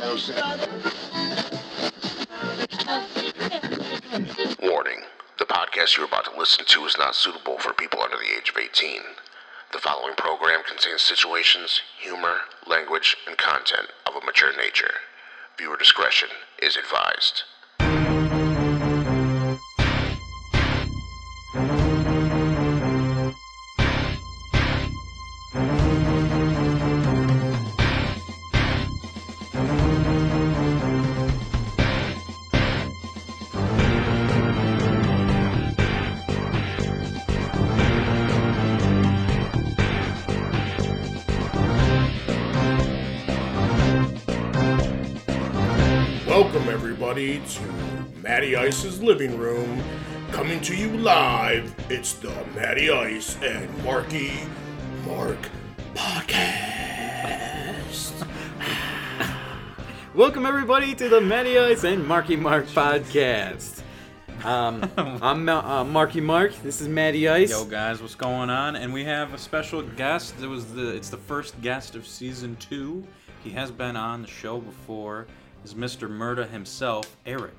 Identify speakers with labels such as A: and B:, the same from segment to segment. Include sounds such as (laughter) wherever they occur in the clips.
A: no sense.
B: Warning the podcast you're about to listen to is not suitable for people under the age of 18. The following program contains situations, humor, language, and content of a mature nature. Viewer discretion is advised.
C: Welcome, everybody, to Matty Ice's living room. Coming to you live, it's the Matty Ice and Marky Mark podcast.
D: Welcome everybody to the Matty Ice and Marky Mark podcast.
E: (laughs)
D: Um, I'm Ma- uh, Marky Mark. This is Matty Ice.
E: Yo guys, what's going on? And we have a special guest. It was the it's the first guest of season two. He has been on the show before. Is Mr. Murda himself, Eric,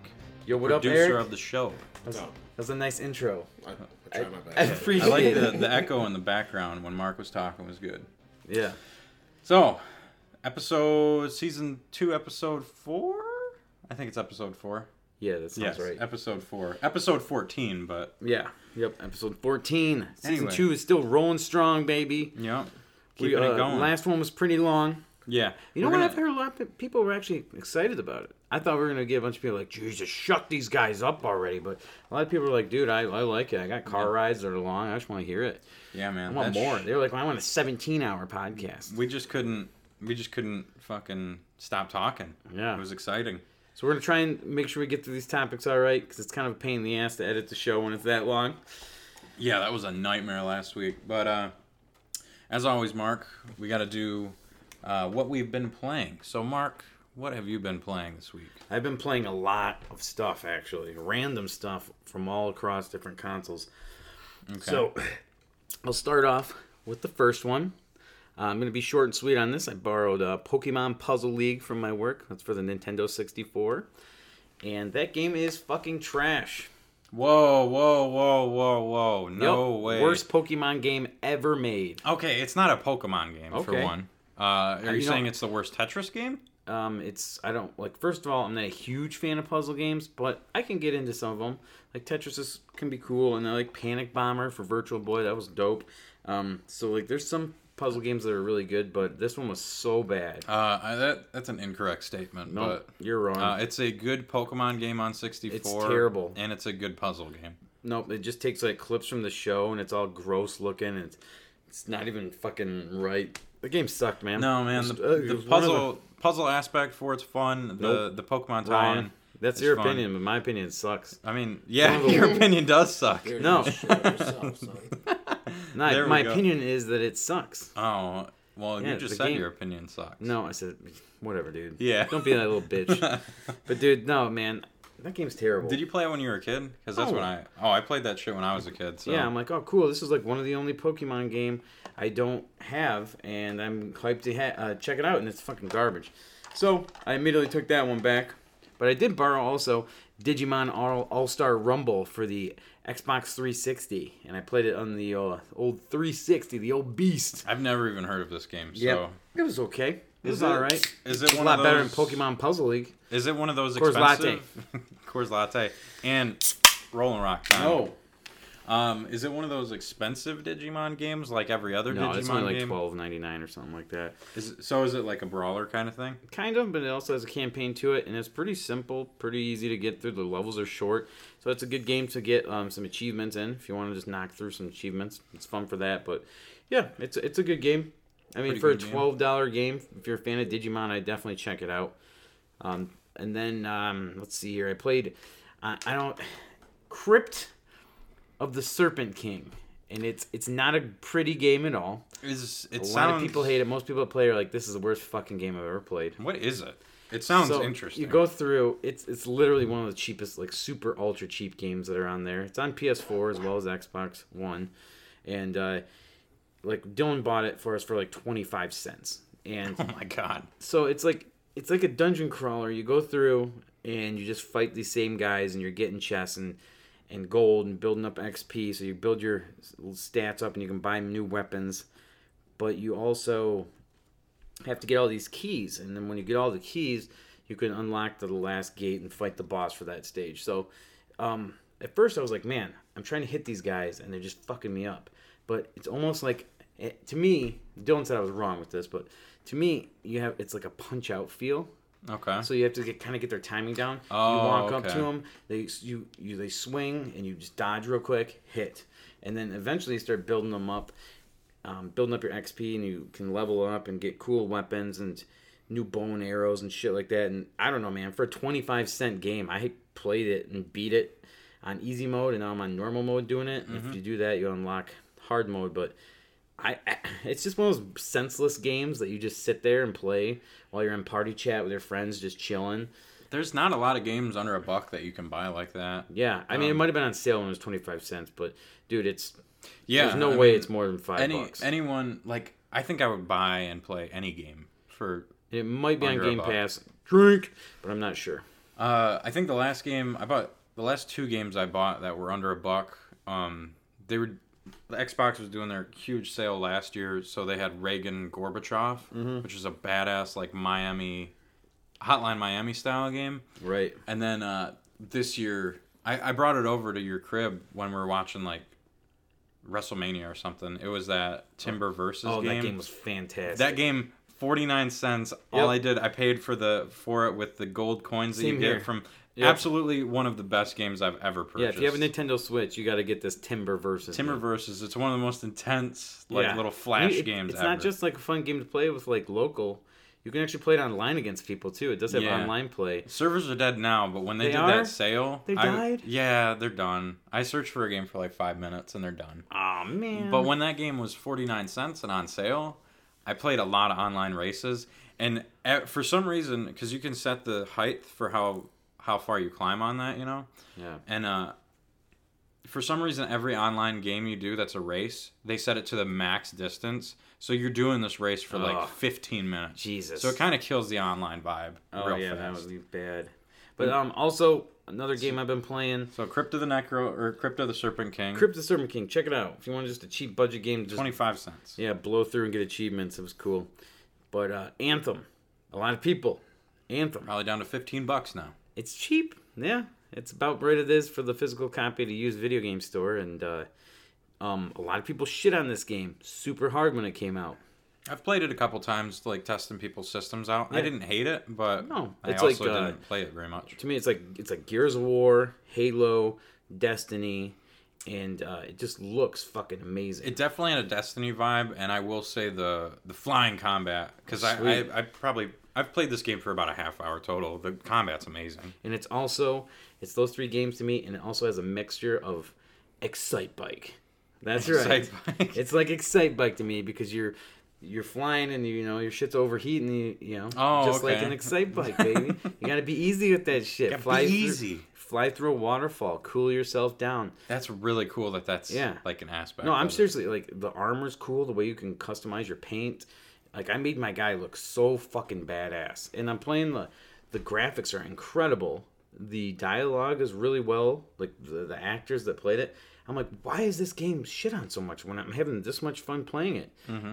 D: Yo, what up,
E: producer
D: Eric?
E: of the show.
D: That's-
C: No.
D: That's a nice intro.
C: I, I try my
D: I
C: best.
E: I
D: appreciate
E: like the,
D: it.
E: (laughs) the echo in the background when Mark was talking was good.
D: Yeah,
E: So, episode season two, episode four. I think it's episode four.
D: yeah, that sounds
E: yes,
D: right.
E: episode four, episode fourteen. But
D: yeah, yep. Episode 14, season
E: Anyway.
D: two is still rolling strong, baby.
E: yeah,
D: We,
E: keeping
D: uh,
E: it going.
D: Last one was pretty long.
E: yeah,
D: You know
E: we're
D: what?
E: gonna-
D: I've heard a lot of people were actually excited about it. I thought we were gonna get a bunch of people like, Jesus, shut these guys up already. But a lot of people were like, dude, I, I like it. I got car rides that are long. I just want to hear it.
E: Yeah, man.
D: I want
E: that's-
D: more. They were like, well, I want a 17 hour podcast.
E: we just couldn't we just couldn't fucking stop talking
D: Yeah.
E: it was exciting
D: So we're going to try and make sure we get through these topics all right because it's kind of a pain in the ass to edit the show when it's that long.
E: yeah that was a nightmare last week but uh as always mark we got to do uh what we've been playing so mark what have you been playing this week
D: I've been playing a lot of stuff actually, random stuff from all across different consoles. So (clears throat) I'll start off with the first one. Uh, I'm going to be short and sweet on this. I borrowed uh, Pokemon Puzzle League from my work. That's for the Nintendo 64. And that game is fucking trash.
E: whoa whoa whoa whoa whoa no
D: Yup.
E: way
D: Worst Pokemon game ever made.
E: okay it's not a pokemon game for
D: Okay.
E: one uh, are you,
D: you know-
E: saying it's the worst Tetris game?
D: Um, it's I don't like. First of all, I'm not a huge fan of puzzle games, but I can get into some of them. Like Tetris is, can be cool, and I like Panic Bomber for Virtual Boy. That was dope. Um, so like, there's some puzzle games that are really good, but this one was so bad.
E: Uh, I, that that's an incorrect statement,
D: no, you're wrong.
E: but uh, it's a good Pokemon game on 64.
D: terrible.
E: and it's a good puzzle game.
D: nope, it just takes like clips from the show, and it's all gross looking, and it's, it's not even fucking right. The game sucked, man.
E: No, man, the,
D: It's- uh, it
E: the
D: was one of
E: puzzle puzzle aspect for it's fun. The the Pokemon
D: wrong.
E: tie-in.
D: That's
E: um, is
D: your
E: fun.
D: opinion, but my opinion sucks.
E: I mean, yeah, (laughs) your opinion does suck.
D: No,
C: yourself, son.
D: (laughs) not,
E: There we
D: my
E: go.
D: opinion is that it sucks.
E: Oh, well,
D: Yeah,
E: you
D: the
E: just said
D: game-
E: your opinion sucks.
D: No, I said, whatever, dude.
E: Yeah.
D: Don't be that little
E: (laughs)
D: bitch. but dude, no, man, that game's terrible.
E: Did you play it when you were a kid? Because that's
D: No.
E: when I oh I played that shit when I was a kid. So
D: Yeah, I'm like, oh, cool. This is like one of the only Pokemon game I don't have, and I'm hyped to ha- uh, check it out, and it's fucking garbage. So I immediately took that one back. But I did borrow also Digimon All All Star Rumble for the Xbox 360, and I played it on the uh, old 360, the old beast.
E: I've never even heard of this game. So
D: Yeah, it was okay. It was
E: it-
D: all right.
E: is it
D: It's a
E: one
D: lot
E: of
D: better than
E: those-
D: Pokemon Puzzle League.
E: is it one of those
D: Coors Latte.
E: expensive (laughs) Coors Latte and Rolling Rock time?
D: Oh.
E: Um, is it one of those expensive Digimon games like every other
D: No,
E: Digimon
D: it's only like
E: game?
D: twelve ninety nine or something like that.
E: Is it- so is it like a brawler kind of thing?
D: Kind of, but it also has a campaign to it, and it's pretty simple, pretty easy to get through. The levels are short, so it's a good game to get um, some achievements in. If you want to just knock through some achievements, it's fun for that. But yeah, it's it's a good game. I mean,
E: Pretty
D: for a
E: good game.
D: twelve dollar game, if you're a fan of Digimon, I definitely check it out. Um, and then um, let's see here. I played. Uh, I don't. Crypt of the Serpent King, and it's it's not a pretty game at all.
E: Is it
D: A
E: sounds
D: lot of people hate it. Most people that play are like, "This is the worst fucking game I've ever played."
E: What is it? It sounds
D: So,
E: interesting.
D: You go through. It's it's literally one of the cheapest, like super ultra cheap games that are on there. It's on PS4 as well as Xbox One, and uh, like Dylan bought it for us for like twenty five cents, and
E: (laughs) Oh my god.
D: so it's like it's like a dungeon crawler. You go through and you just fight these same guys, and you're getting chests and and gold and building up XP. So you build your s- stats up, and you can buy new weapons. But you also have to get all these keys, and then when you get all the keys, you can unlock the last gate and fight the boss for that stage. So um, at first I was like, man, I'm trying to hit these guys and they're just fucking me up. But it's almost like, it, to me, Dylan said I was wrong with this, but to me, you have it's like a punch out feel.
E: Okay.
D: So you have to get, kind of get their timing down. you
E: Oh,
D: walk up
E: okay.
D: to them, they you, you they swing and you just dodge real quick, hit, and then eventually you start building them up, um, building up your XP, and you can level up and get cool weapons and new bow and arrows and shit like that. And I don't know, man. For a twenty five cent game, I played it and beat it on easy mode, and now I'm on normal mode doing it. And
E: Mm-hmm.
D: if you do that, you unlock hard mode, but I, I- it's just one of those senseless games that you just sit there and play while you're in party chat with your friends, just chilling.
E: There's not a lot of games under a buck that you can buy like that.
D: Yeah, I mean,
E: Um,
D: it might have been on sale when it was twenty five cents, but dude, it's
E: Yeah.
D: there's no
E: I
D: way
E: mean,
D: it's more than five
E: any
D: bucks.
E: anyone like I think I would buy and play any game for
D: it might be on
E: under a
D: Game
E: buck.
D: Pass. Drink, but I'm not sure.
E: Uh, I think the last game I bought, the last two games I bought that were under a buck, um, they were the Xbox was doing their huge sale last year, so they had Reagan Gorbachev,
D: Mm-hmm.
E: which is a badass like Miami, Hotline Miami style game,
D: Right.
E: and then uh, this year I, I brought it over to your crib when we were watching like WrestleMania or something. It was that Timber versus
D: Oh,
E: game.
D: that game was fantastic.
E: That game, forty nine cents. All
D: Yep.
E: I did, I paid for the for it with the gold coins that
D: Same
E: you get
D: here.
E: from.
D: Yep.
E: Absolutely one of the best games I've ever
D: yeah,
E: purchased.
D: if you have a Nintendo Switch, you got to get this Timber versus
E: Timber
D: game.
E: versus, it's one of the most intense like
D: Yeah.
E: little
D: I
E: flash
D: mean, it-
E: games.
D: It's
E: ever.
D: not just like a fun game to play with like local. You can actually play it online against people too. It does have
E: Yeah.
D: online play.
E: servers are dead now, but when they,
D: They
E: did
D: are?
E: that sale,
D: They
E: I-
D: died?
E: yeah, they're done. I searched for a game for like five minutes and they're done.
D: Oh man.
E: But when that game was 49 cents and on sale, I played a lot of online races. And at, for some reason, because you can set the height for how how far you climb on that, you know?
D: yeah.
E: And uh, for some reason, every online game you do that's a race, they set it to the max distance. So you're doing this race for like
D: Ugh.
E: 15 minutes.
D: Jesus.
E: So it kind of kills the online vibe.
D: Oh
E: real
D: yeah,
E: fast.
D: that would be bad. But um, also another game I've been playing,
E: So Crypto the Necro or Crypto the Serpent King,
D: Crypt of Serpent King. Check it out if you want just a cheap budget game. Just
E: 25 cents.
D: yeah, blow through and get achievements. It was cool. But uh, Anthem, a lot of people. Anthem,
E: Probably down to 15 bucks now.
D: it's cheap. Yeah, it's about right it is for the physical copy to use video game store, and uh, um, a lot of people shit on this game. Super hard when it came out.
E: I've played it a couple times, like testing people's systems out. I
D: Yeah.
E: didn't hate it, but
D: No,
E: I
D: it's like,
E: also
D: uh,
E: didn't play it very much.
D: to me it's like it's like gears of war halo destiny and uh, it just looks fucking amazing
E: It definitely had a Destiny vibe, and I will say the the flying combat because I,
D: Sweet.
E: I I probably I've played this game for about a half hour total. The combat's amazing.
D: and it's also it's those three games to me and it also has a mixture of excite bike that's right
E: (laughs) Excitebike.
D: it's like excite bike to me because you're you're flying and you know your shit's overheating you, you know
E: Oh,
D: just like
E: okay.
D: an excite
E: (laughs)
D: bike baby you gotta be easy with that shit
E: Gotta be
D: through-
E: easy.
D: fly through a waterfall cool yourself down
E: That's really cool that that's
D: Yeah.
E: like an aspect.
D: No, I'm
E: of it.
D: seriously like the armor's cool. The way you can customize your paint, like I made my guy look so fucking badass. And I'm playing the, the graphics are incredible. The dialogue is really well. Like the, the actors that played it, I'm like, why is this game shit on so much when I'm having this much fun playing it?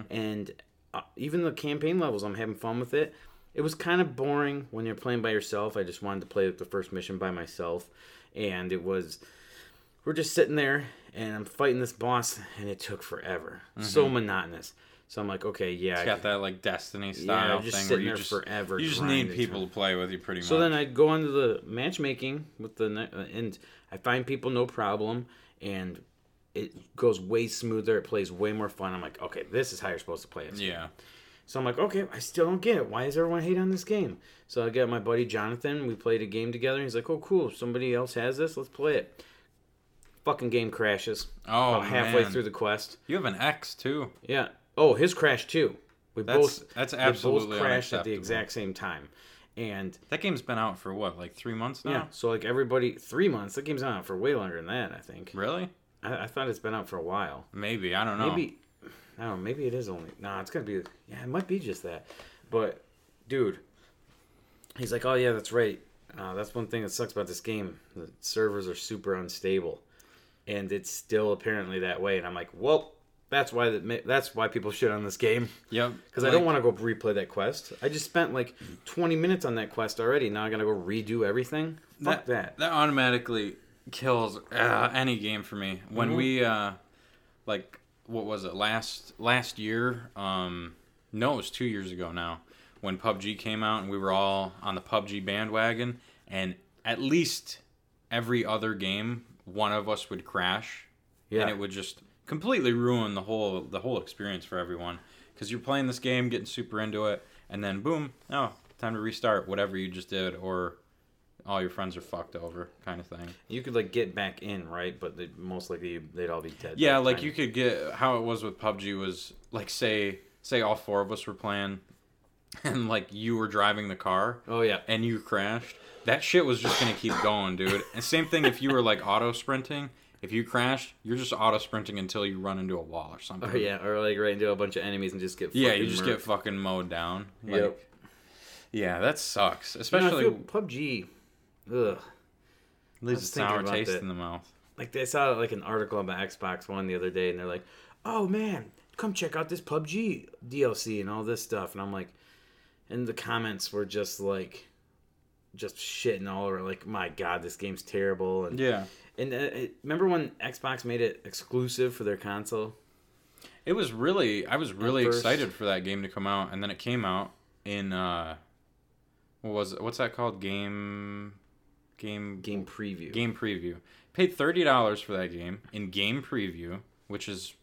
D: And uh, even the campaign levels, I'm having fun with it. It was kind of boring when you're playing by yourself. I just wanted to play the first mission by myself, and it was we're just sitting there and I'm fighting this boss and it took forever. So monotonous. So I'm like, okay, yeah. I
E: Mm-hmm. It's got
D: can-
E: that like Destiny style
D: just
E: thing where
D: sitting
E: you
D: there
E: just
D: forever
E: You just need
D: grinding
E: people
D: through.
E: to play with you pretty
D: so
E: much.
D: then I go on to the matchmaking with the ne- uh, and I find people no problem and it goes way smoother. It plays way more fun. I'm like, okay, this is how you're supposed to play it.
E: yeah.
D: So I'm like, okay, I still don't get it. Why is everyone hate on this game? So I got my buddy Jonathan. We played a game together. And he's like, oh, cool. Somebody else has this. Let's play it. Fucking game crashes.
E: Oh,
D: about halfway
E: man.
D: through the quest.
E: You have an X too.
D: Yeah. Oh, his crash too. We
E: That's-
D: both
E: that's
D: we
E: absolutely
D: both crashed at the
E: unacceptable.
D: exact same time, and
E: That game's been out for what, like three months now?
D: yeah. So like everybody, three months. That game's been out for way longer than that. I think.
E: Really?
D: I, I thought it's been out for a while.
E: Maybe I don't know.
D: Maybe. I don't know. Maybe it is only. Nah, it's gonna be. Yeah, it might be just that. But, dude, He's like, oh yeah, that's right. Uh, that's one thing that sucks about this game. The servers are super unstable, and it's still apparently that way. And I'm like, well, that's why that ma- that's why people shit on this game
E: Yep.
D: because I don't want to go replay that quest. I just spent like 20 minutes on that quest already. Now I gotta go redo everything. Fuck that.
E: That automatically kills uh, any game for me. When
D: Mm-hmm.
E: we uh, like what was it last last year? Um, no, it was two years ago now. When PUBG came out and we were all on the PUBG bandwagon, and at least every other game, one of us would crash,
D: Yeah.
E: and it would just completely ruin the whole the whole experience for everyone. Because you're playing this game, getting super into it, and then boom, oh, time to restart whatever you just did, or all your friends are fucked over, kind of thing.
D: you could like get back in, right? But they, most likely they'd all be dead. by
E: Yeah,
D: the
E: like
D: time.
E: you could get how it was with PUBG was like say say all four of us were playing, (laughs) and like you were driving the car
D: Oh yeah.
E: and you crashed. That shit was just gonna keep going, dude. And same thing if you were like auto sprinting. If you crashed, you're just auto sprinting until you run into a wall or something.
D: Oh (laughs) yeah. Or like right into a bunch of enemies and just get.
E: Yeah,
D: fucking
E: you just
D: murked.
E: get fucking mowed down. Like,
D: Yep.
E: Yeah, that sucks.
D: You know, I
E: Especially
D: feel PUBG. Ugh.
E: leaves
D: was
E: a
D: thinking
E: sour
D: about
E: taste
D: that.
E: in the mouth.
D: Like I saw like an article about Xbox One the other day, and they're like, "Oh man, come check out this PUBG DLC and all this stuff," and I'm like, and the comments were just like, just shitting all over, like, "My God, this game's terrible," and
E: Yeah.
D: And uh, it, remember when Xbox made it exclusive for their console?
E: It was really I was really
D: first.
E: excited for that game to come out and then it came out in uh what was what's that called? Game game
D: Game preview.
E: game preview. Paid thirty dollars for that game in game preview, which is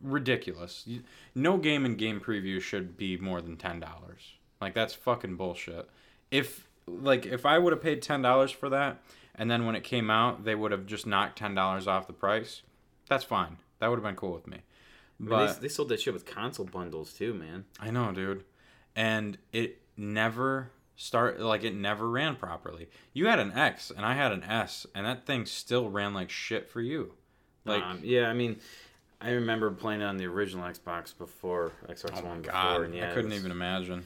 E: ridiculous. You- No game in game preview should be more than ten dollars. Like that's fucking bullshit. If like if I would have paid ten dollars for that, and then when it came out, they would have just knocked ten dollars off the price. That's fine. That would have been cool with me.
D: I mean,
E: But
D: they, they sold that shit with console bundles too, man.
E: I know, dude. And it never start like it never ran properly. You had an X and I had an S, and that thing still ran like shit for you. Like
D: um, yeah, I mean, I remember playing it on the original Xbox before Xbox One.
E: Oh God,
D: before, and yeah,
E: I
D: it
E: couldn't
D: was-
E: even imagine.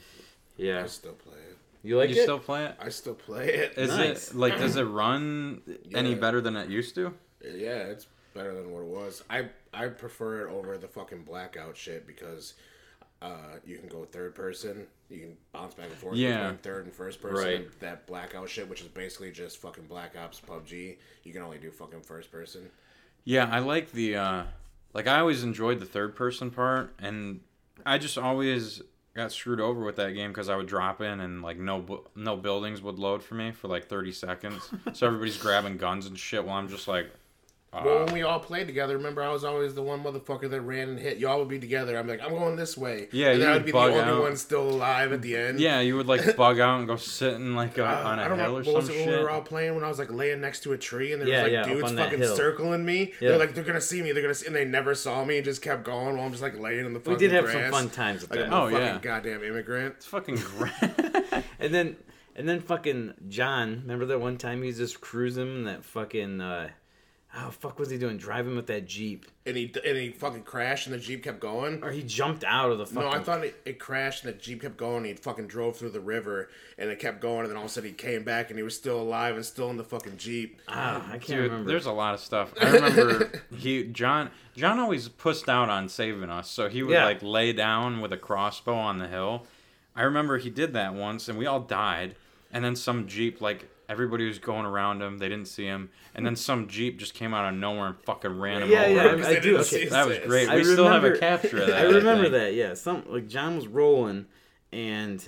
D: Yeah,
C: I still play it.
D: you like
E: you
D: it?
E: still play it?
C: I still play it.
E: Is
D: Nice.
E: it like does it run any
C: Yeah.
E: better than it used to?
C: Yeah, it's better than what it was. I I prefer it over the fucking blackout shit because uh, you can go third person, you can bounce back and forth
E: Yeah.
C: between third and first person.
D: Right.
C: and that blackout shit, which is basically just fucking Black Ops PUBG. You can only do fucking first person.
E: Yeah, I like the uh like I always enjoyed the third person part and I just always got screwed over with that game cuz I would drop in and like no bu- no buildings would load for me for like 30 seconds. so everybody's grabbing guns and shit while I'm just like Ah.
C: well, when we all played together, remember I was always the one motherfucker that ran and hit. Y'all would be together. I'm like, I'm going this way.
E: Yeah,
C: and
E: you
C: then
E: would
C: I'd be the
E: bug
C: only
E: out.
C: one still alive at the end.
E: yeah, you would like bug out and go sit in like a,
C: Uh,
E: on
C: I
E: a
C: don't
E: hill
C: know
E: or
C: what
E: some
C: was it when we
E: shit.
C: were all playing when I was like laying next to a tree and there was
D: Yeah,
C: like
D: yeah, up
C: dudes
D: on that
C: fucking
D: hill.
C: circling me.
D: Yeah.
C: They're like they're gonna see me. They're gonna see, and they never saw me and just kept going while I'm just like laying in the fucking
D: we did have some
C: grass,
D: fun times with
C: Like
D: that.
C: a oh,
E: Oh,
C: yeah.
E: yeah.
C: goddamn immigrant.
E: Fucking gra- (laughs)
D: And then and then fucking John, remember that one time he was just cruising in that fucking uh how fuck was he doing? Driving with that Jeep.
C: And he and he fucking crashed and the jeep kept going.
D: Or he jumped out of the fucking
C: No, I thought it, it crashed and the jeep kept going. And he fucking drove through the river and it kept going. And then all of a sudden he came back and he was still alive and still in the fucking jeep.
D: Ah, I can't
E: Dude,
D: remember.
E: there's a lot of stuff. I
D: (laughs)
E: remember he John John always pushed out on saving us, so he would
D: Yeah.
E: like lay down with a crossbow on the hill. I remember he did that once, and we all died. And then some jeep, like everybody was going around him, they didn't see him. And then some jeep just came out of nowhere and fucking ran him
D: Yeah,
E: over.
D: yeah, I- I,
C: They (laughs)
D: do.
C: didn't see
D: Okay,
C: us.
E: that was great.
D: I
E: we still have a
D: remember-
E: capture of that.
D: (laughs) I remember
E: think.
D: that. Yeah, some like John was rolling, and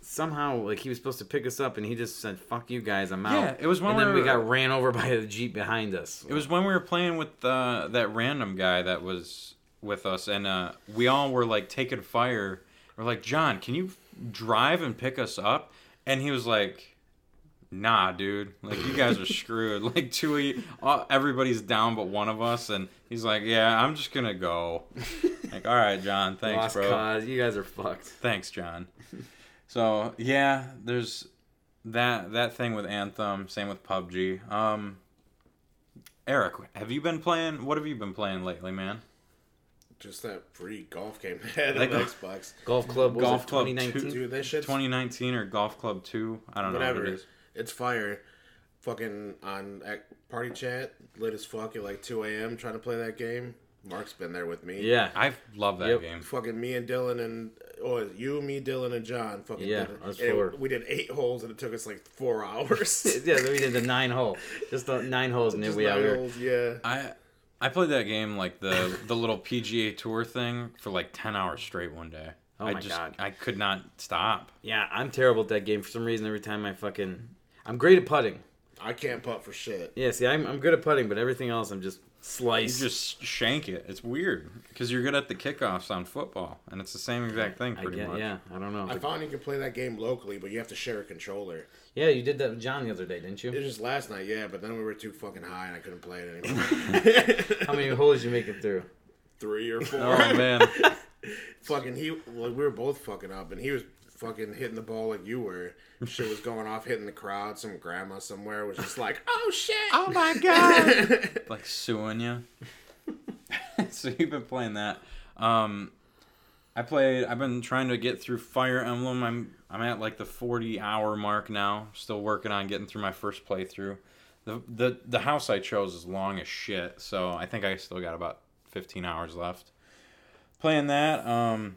D: somehow like he was supposed to pick us up, and he just said "fuck you guys, I'm out."
E: Yeah, it was when
D: and then
E: we
D: we
E: were-
D: got ran over by the jeep behind us.
E: It was when we were playing with uh, that random guy that was with us, and uh, we all were like taking fire. We're like, John, can you drive and pick us up? And he was like, Nah, dude. Like you guys are (laughs) screwed. Like two, of you, all, everybody's down but one of us, and he's like, Yeah, I'm just gonna go. Like, all right, John. Thanks,
D: Lost
E: bro.
D: cause. You guys are fucked.
E: Thanks, John. (laughs) So yeah, there's that that thing with Anthem. Same with PUBG. Um, Eric, have you been playing? What have you been playing lately, man?
A: Just that free golf
C: (laughs)
A: game they had
E: That
A: on
E: go-
A: Xbox.
D: Golf Club was
E: Golf
D: it,
E: Club
D: 2019?
E: two-
A: Dude, that shit's
E: 2019 or Golf Club 2. I don't know
A: whatever.
E: what it is.
A: It's fire. Fucking on ac- party chat, late as fuck at like 2 a.m. trying to play that game. Mark's been there with me.
D: Yeah.
E: I love that
D: Yep.
E: game.
A: Fucking me and Dylan and oh you, me, Dylan and John. Fucking
D: Yeah,
A: did it.
D: us
A: And
D: four.
A: we did eight holes and it took us like four (laughs)
D: (laughs)
A: hours.
D: yeah, then we did the nine hole. Just the nine holes and then
A: Just
D: we out
A: nine
D: here.
A: holes, yeah.
E: I I played that game like the (laughs) the little PGA Tour thing for like 10 hours straight one day.
D: Oh
E: I
D: my
E: just
D: God.
E: I could not stop.
D: Yeah, I'm terrible at that game for some reason. Every time I fucking, I'm great at putting.
A: I can't putt for shit.
D: Yeah, see, I'm, I'm good at putting, but everything else, I'm just
E: You
D: slice.
E: just shank it. It's weird because you're good at the kickoffs on football, and it's the same exact thing
D: I
E: pretty
D: get,
E: much.
D: yeah, I don't know.
A: I found you can play that game locally, but you have to share a controller.
D: yeah, you did that with John the other day, didn't
A: It
E: (laughs)
D: you?
A: was just last night, yeah, but then we were too fucking high and I couldn't play it anymore.
D: (laughs) How many holes you make it through?
A: Three or
E: (laughs)
A: four.
E: Oh man,
A: fucking he like we were both fucking up and he was fucking hitting the ball like you were shit was going off hitting the crowd some grandma somewhere was just like oh shit
E: oh my god, (laughs) like suing you. so you've been playing that. Um, I played. I've been trying to get through Fire Emblem. I'm I'm at like the 40 hour mark now. Still working on getting through my first playthrough. The the the house I chose is long as shit, so I think I still got about 15 hours left. Playing that. Um,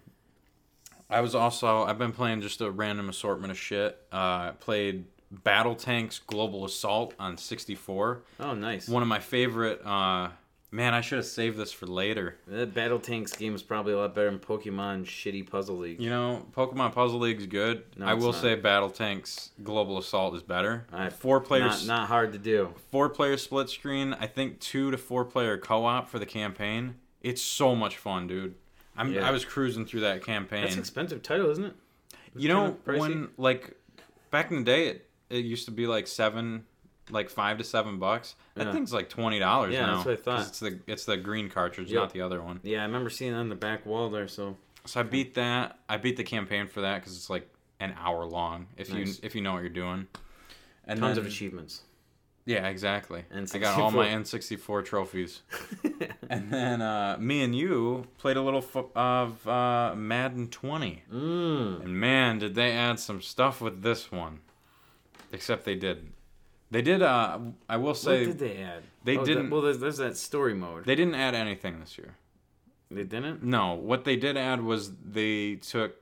E: I was also I've been playing just a random assortment of shit. Uh, I played Battle Tanks Global Assault on 64.
D: Oh, nice.
E: One of my favorite. Uh, man, I should have saved this for later.
D: That Battle Tanks game is probably a lot better than Pokemon Shitty Puzzle League.
E: You know, Pokemon Puzzle League's good.
D: No,
E: I
D: it's
E: will
D: not.
E: say Battle Tanks Global Assault is better.
D: I-
E: four players,
D: Not, not hard to do.
E: four player split screen. I think two to four player co-op for the campaign. It's so much fun, dude. I'm,
D: Yeah.
E: I was cruising through that campaign.
D: That's an expensive title, isn't it?
E: you know
D: kinda pricey.
E: when like back in the day it, it used to be like seven like five to seven bucks that
D: Yeah.
E: thing's like twenty dollars
D: Yeah,
E: now
D: that's what I
E: 'cause
D: thought.
E: it's the it's the green cartridge
D: Yep.
E: not the other one
D: Yeah, I remember seeing it on the back wall there, so.
E: so i beat that i beat the campaign for that because it's like an hour long if
D: Nice.
E: you if you know what you're doing and
D: Tons of
E: then-
D: achievements.
E: yeah exactly
D: And
E: i got all my
D: 64. (laughs)
E: n64 trophies and then uh, me and you played a little fo- of uh, madden 20
D: Mmm.
E: And man, did they add some stuff with this one. Except they didn't. They did. Uh, I will
D: What
E: say
D: did they add?
E: they
D: that-
E: didn't-
D: well, there's, there's that story mode.
E: they didn't add anything this year.
D: They didn't?
E: No, what they did add was they took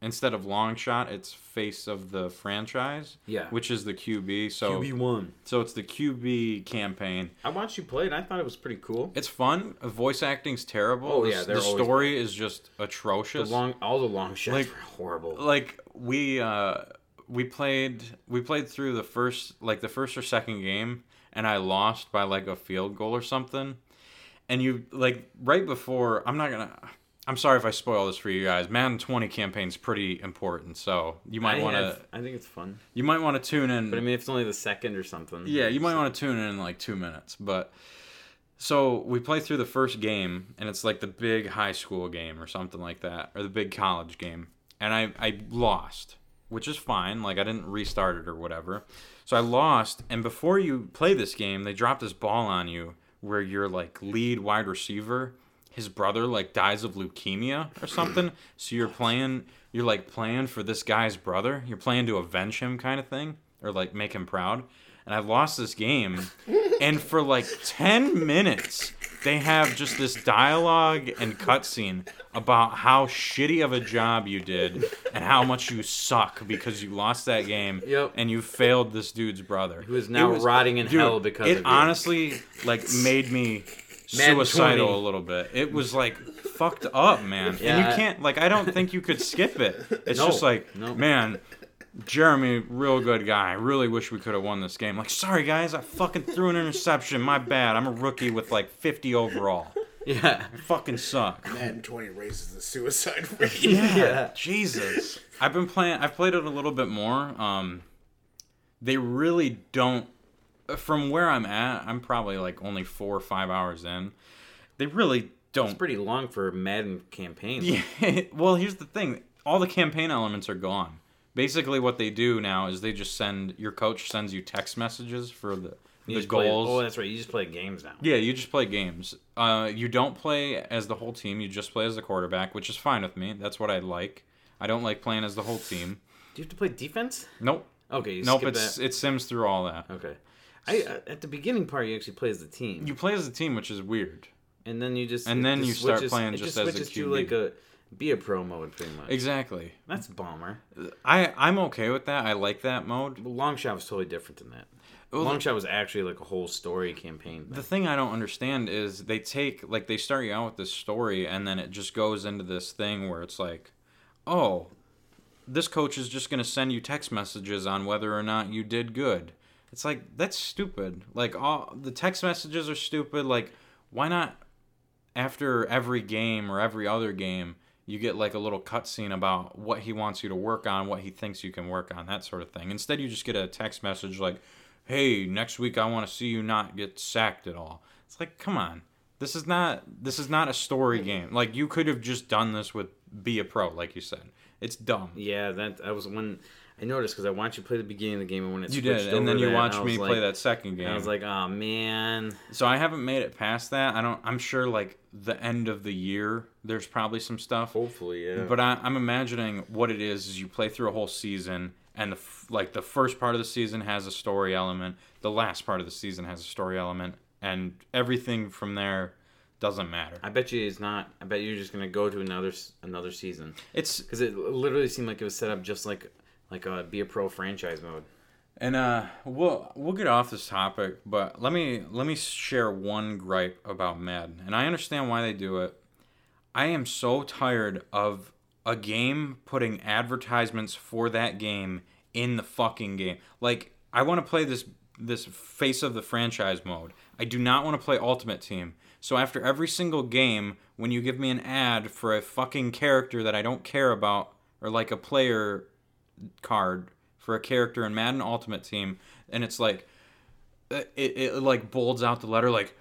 E: instead of long shot, it's face of the franchise.
D: Yeah.
E: Which is the QB.
D: Oh.
E: So
D: QB1.
E: so it's the QB campaign.
D: I watched you play it. I thought it was pretty cool.
E: It's fun. Voice acting's terrible.
D: Oh,
E: the,
D: yeah, they're
E: the
D: always
E: story is just
D: The
E: atrocious.
D: long, all the long shots
E: Like-
D: were horrible.
E: like we uh we played we played through the first like the first or second game and i lost by like a field goal or something and you like right before i'm not gonna i'm sorry if i spoil this for you guys madden 20 campaign's pretty important so you might
D: I
E: want to
D: have- I think it's fun.
E: you might want to tune in
D: But I mean, if it's only the second or something.
E: yeah, you might want to tune in in like two minutes. But so we play through the first game, and it's like the big high school game or something like that, or the big college game. And I, I lost, which is fine. Like, I didn't restart it or whatever. So I lost. And before you play this game, they drop this ball on you where your like lead wide receiver. His brother like dies of leukemia
D: (clears throat)
E: or something. so you're playing, you're like playing for this guy's brother. You're playing to avenge him, kind of thing, or like make him proud and I lost this game.
D: (laughs)
E: and for like 10 minutes, they have just this dialogue and cutscene about how shitty of a job you did and how much you suck because you lost that game
D: Yep.
E: and you failed this dude's brother. Who
D: is now rotting in hell because
E: it
D: of you.
E: honestly like made me
D: (laughs) Madden
E: suicidal
D: 20.
E: a little bit. It was like fucked up, man. and
D: Yeah, I-
E: you can't like I don't think you could skip it. It's
D: No,
E: just like
D: no.
E: man, Jeremy, real good guy. I really wish we could have won this game. Like, sorry guys, I fucking threw an interception. My bad. I'm a rookie with like 50 overall.
D: (laughs) Yeah.
E: I fucking suck.
A: Madden 20 raises the suicide
C: (laughs)
A: rate
E: (laughs)
D: Yeah.
E: Jesus. I've been playing. I've played it a little bit more. Um, they really don't. From where I'm at, I'm probably like only four or five hours in. They really don't.
D: It's pretty long for a Madden campaign.
E: Yeah. (laughs) Well, here's the thing. All the campaign elements are gone. Basically, what they do now is they just send your coach sends you text messages for the
D: You
E: the
D: just play-
E: goals.
D: oh, that's right. You just play games now.
E: Yeah, you just play games. Uh, you don't play as the whole team. You just play as the quarterback, which is fine with me. That's what I like. I don't like playing as the whole team.
D: Do you have to play defense?
E: Nope.
D: Okay, you
E: Nope.
D: skip
E: It's
D: that.
E: it sims through all that.
D: Okay. I, uh, at the beginning part, you actually play as the team,
E: You play as a team, which is weird.
D: and then you just
E: and
D: it
E: then
D: just
E: you start playing
D: it
E: just
D: just
E: as a
D: switches to
E: QB.
D: like a be a pro mode pretty much.
E: Exactly.
D: That's a bomber.
E: I I'm okay with that. I like that mode.
D: But long shot was totally different than that.
E: Well,
D: long shot was actually like a whole story campaign.
E: The thing I don't understand is they take like they start you out with this story and then it just goes into this thing where it's like, "Oh, this coach is just going to send you text messages on whether or not you did good." It's like that's stupid. Like all the text messages are stupid. Like why not after every game or every other game you get like a little cutscene about what he wants you to work on, what he thinks you can work on, that sort of thing. Instead, you just get a text message like, "Hey, next week I want to see you not get sacked at all." It's like, come on, this is not this is not a story game. Like you could have just done this with be a pro, like you said. It's dumb.
D: yeah, that I was when I noticed because I watched you play the beginning of the game and when it
E: You
D: switched
E: did, and then
D: over
E: you
D: that, I
E: watched
D: was
E: me
D: like-
E: play that second game.
D: and I was like, oh man,
E: So I haven't made it past that. I don't. I'm sure like the end of the year, there's probably some stuff.
D: hopefully, Oh, yeah.
E: But I, I'm imagining what it is is you play through a whole season, and the f- like the first part of the season has a story element, the last part of the season has a story element, and everything from there doesn't matter.
D: I bet you it's not. I bet you're just gonna go to another s- another season
E: It's
D: because it literally seemed like it was set up just like like a be a pro franchise mode.
E: and uh we'll we'll get off this topic, but let me let me share one gripe about Madden, and I understand why they do it. I am so tired of a game putting advertisements for that game in the fucking game. Like I want to play this this face of the franchise mode. I do not want to play Ultimate Team. So after every single game, when you give me an ad for a fucking character that I don't care about or like a player card for a character in Madden Ultimate Team and it's like uh, it, it like bolds out the letter like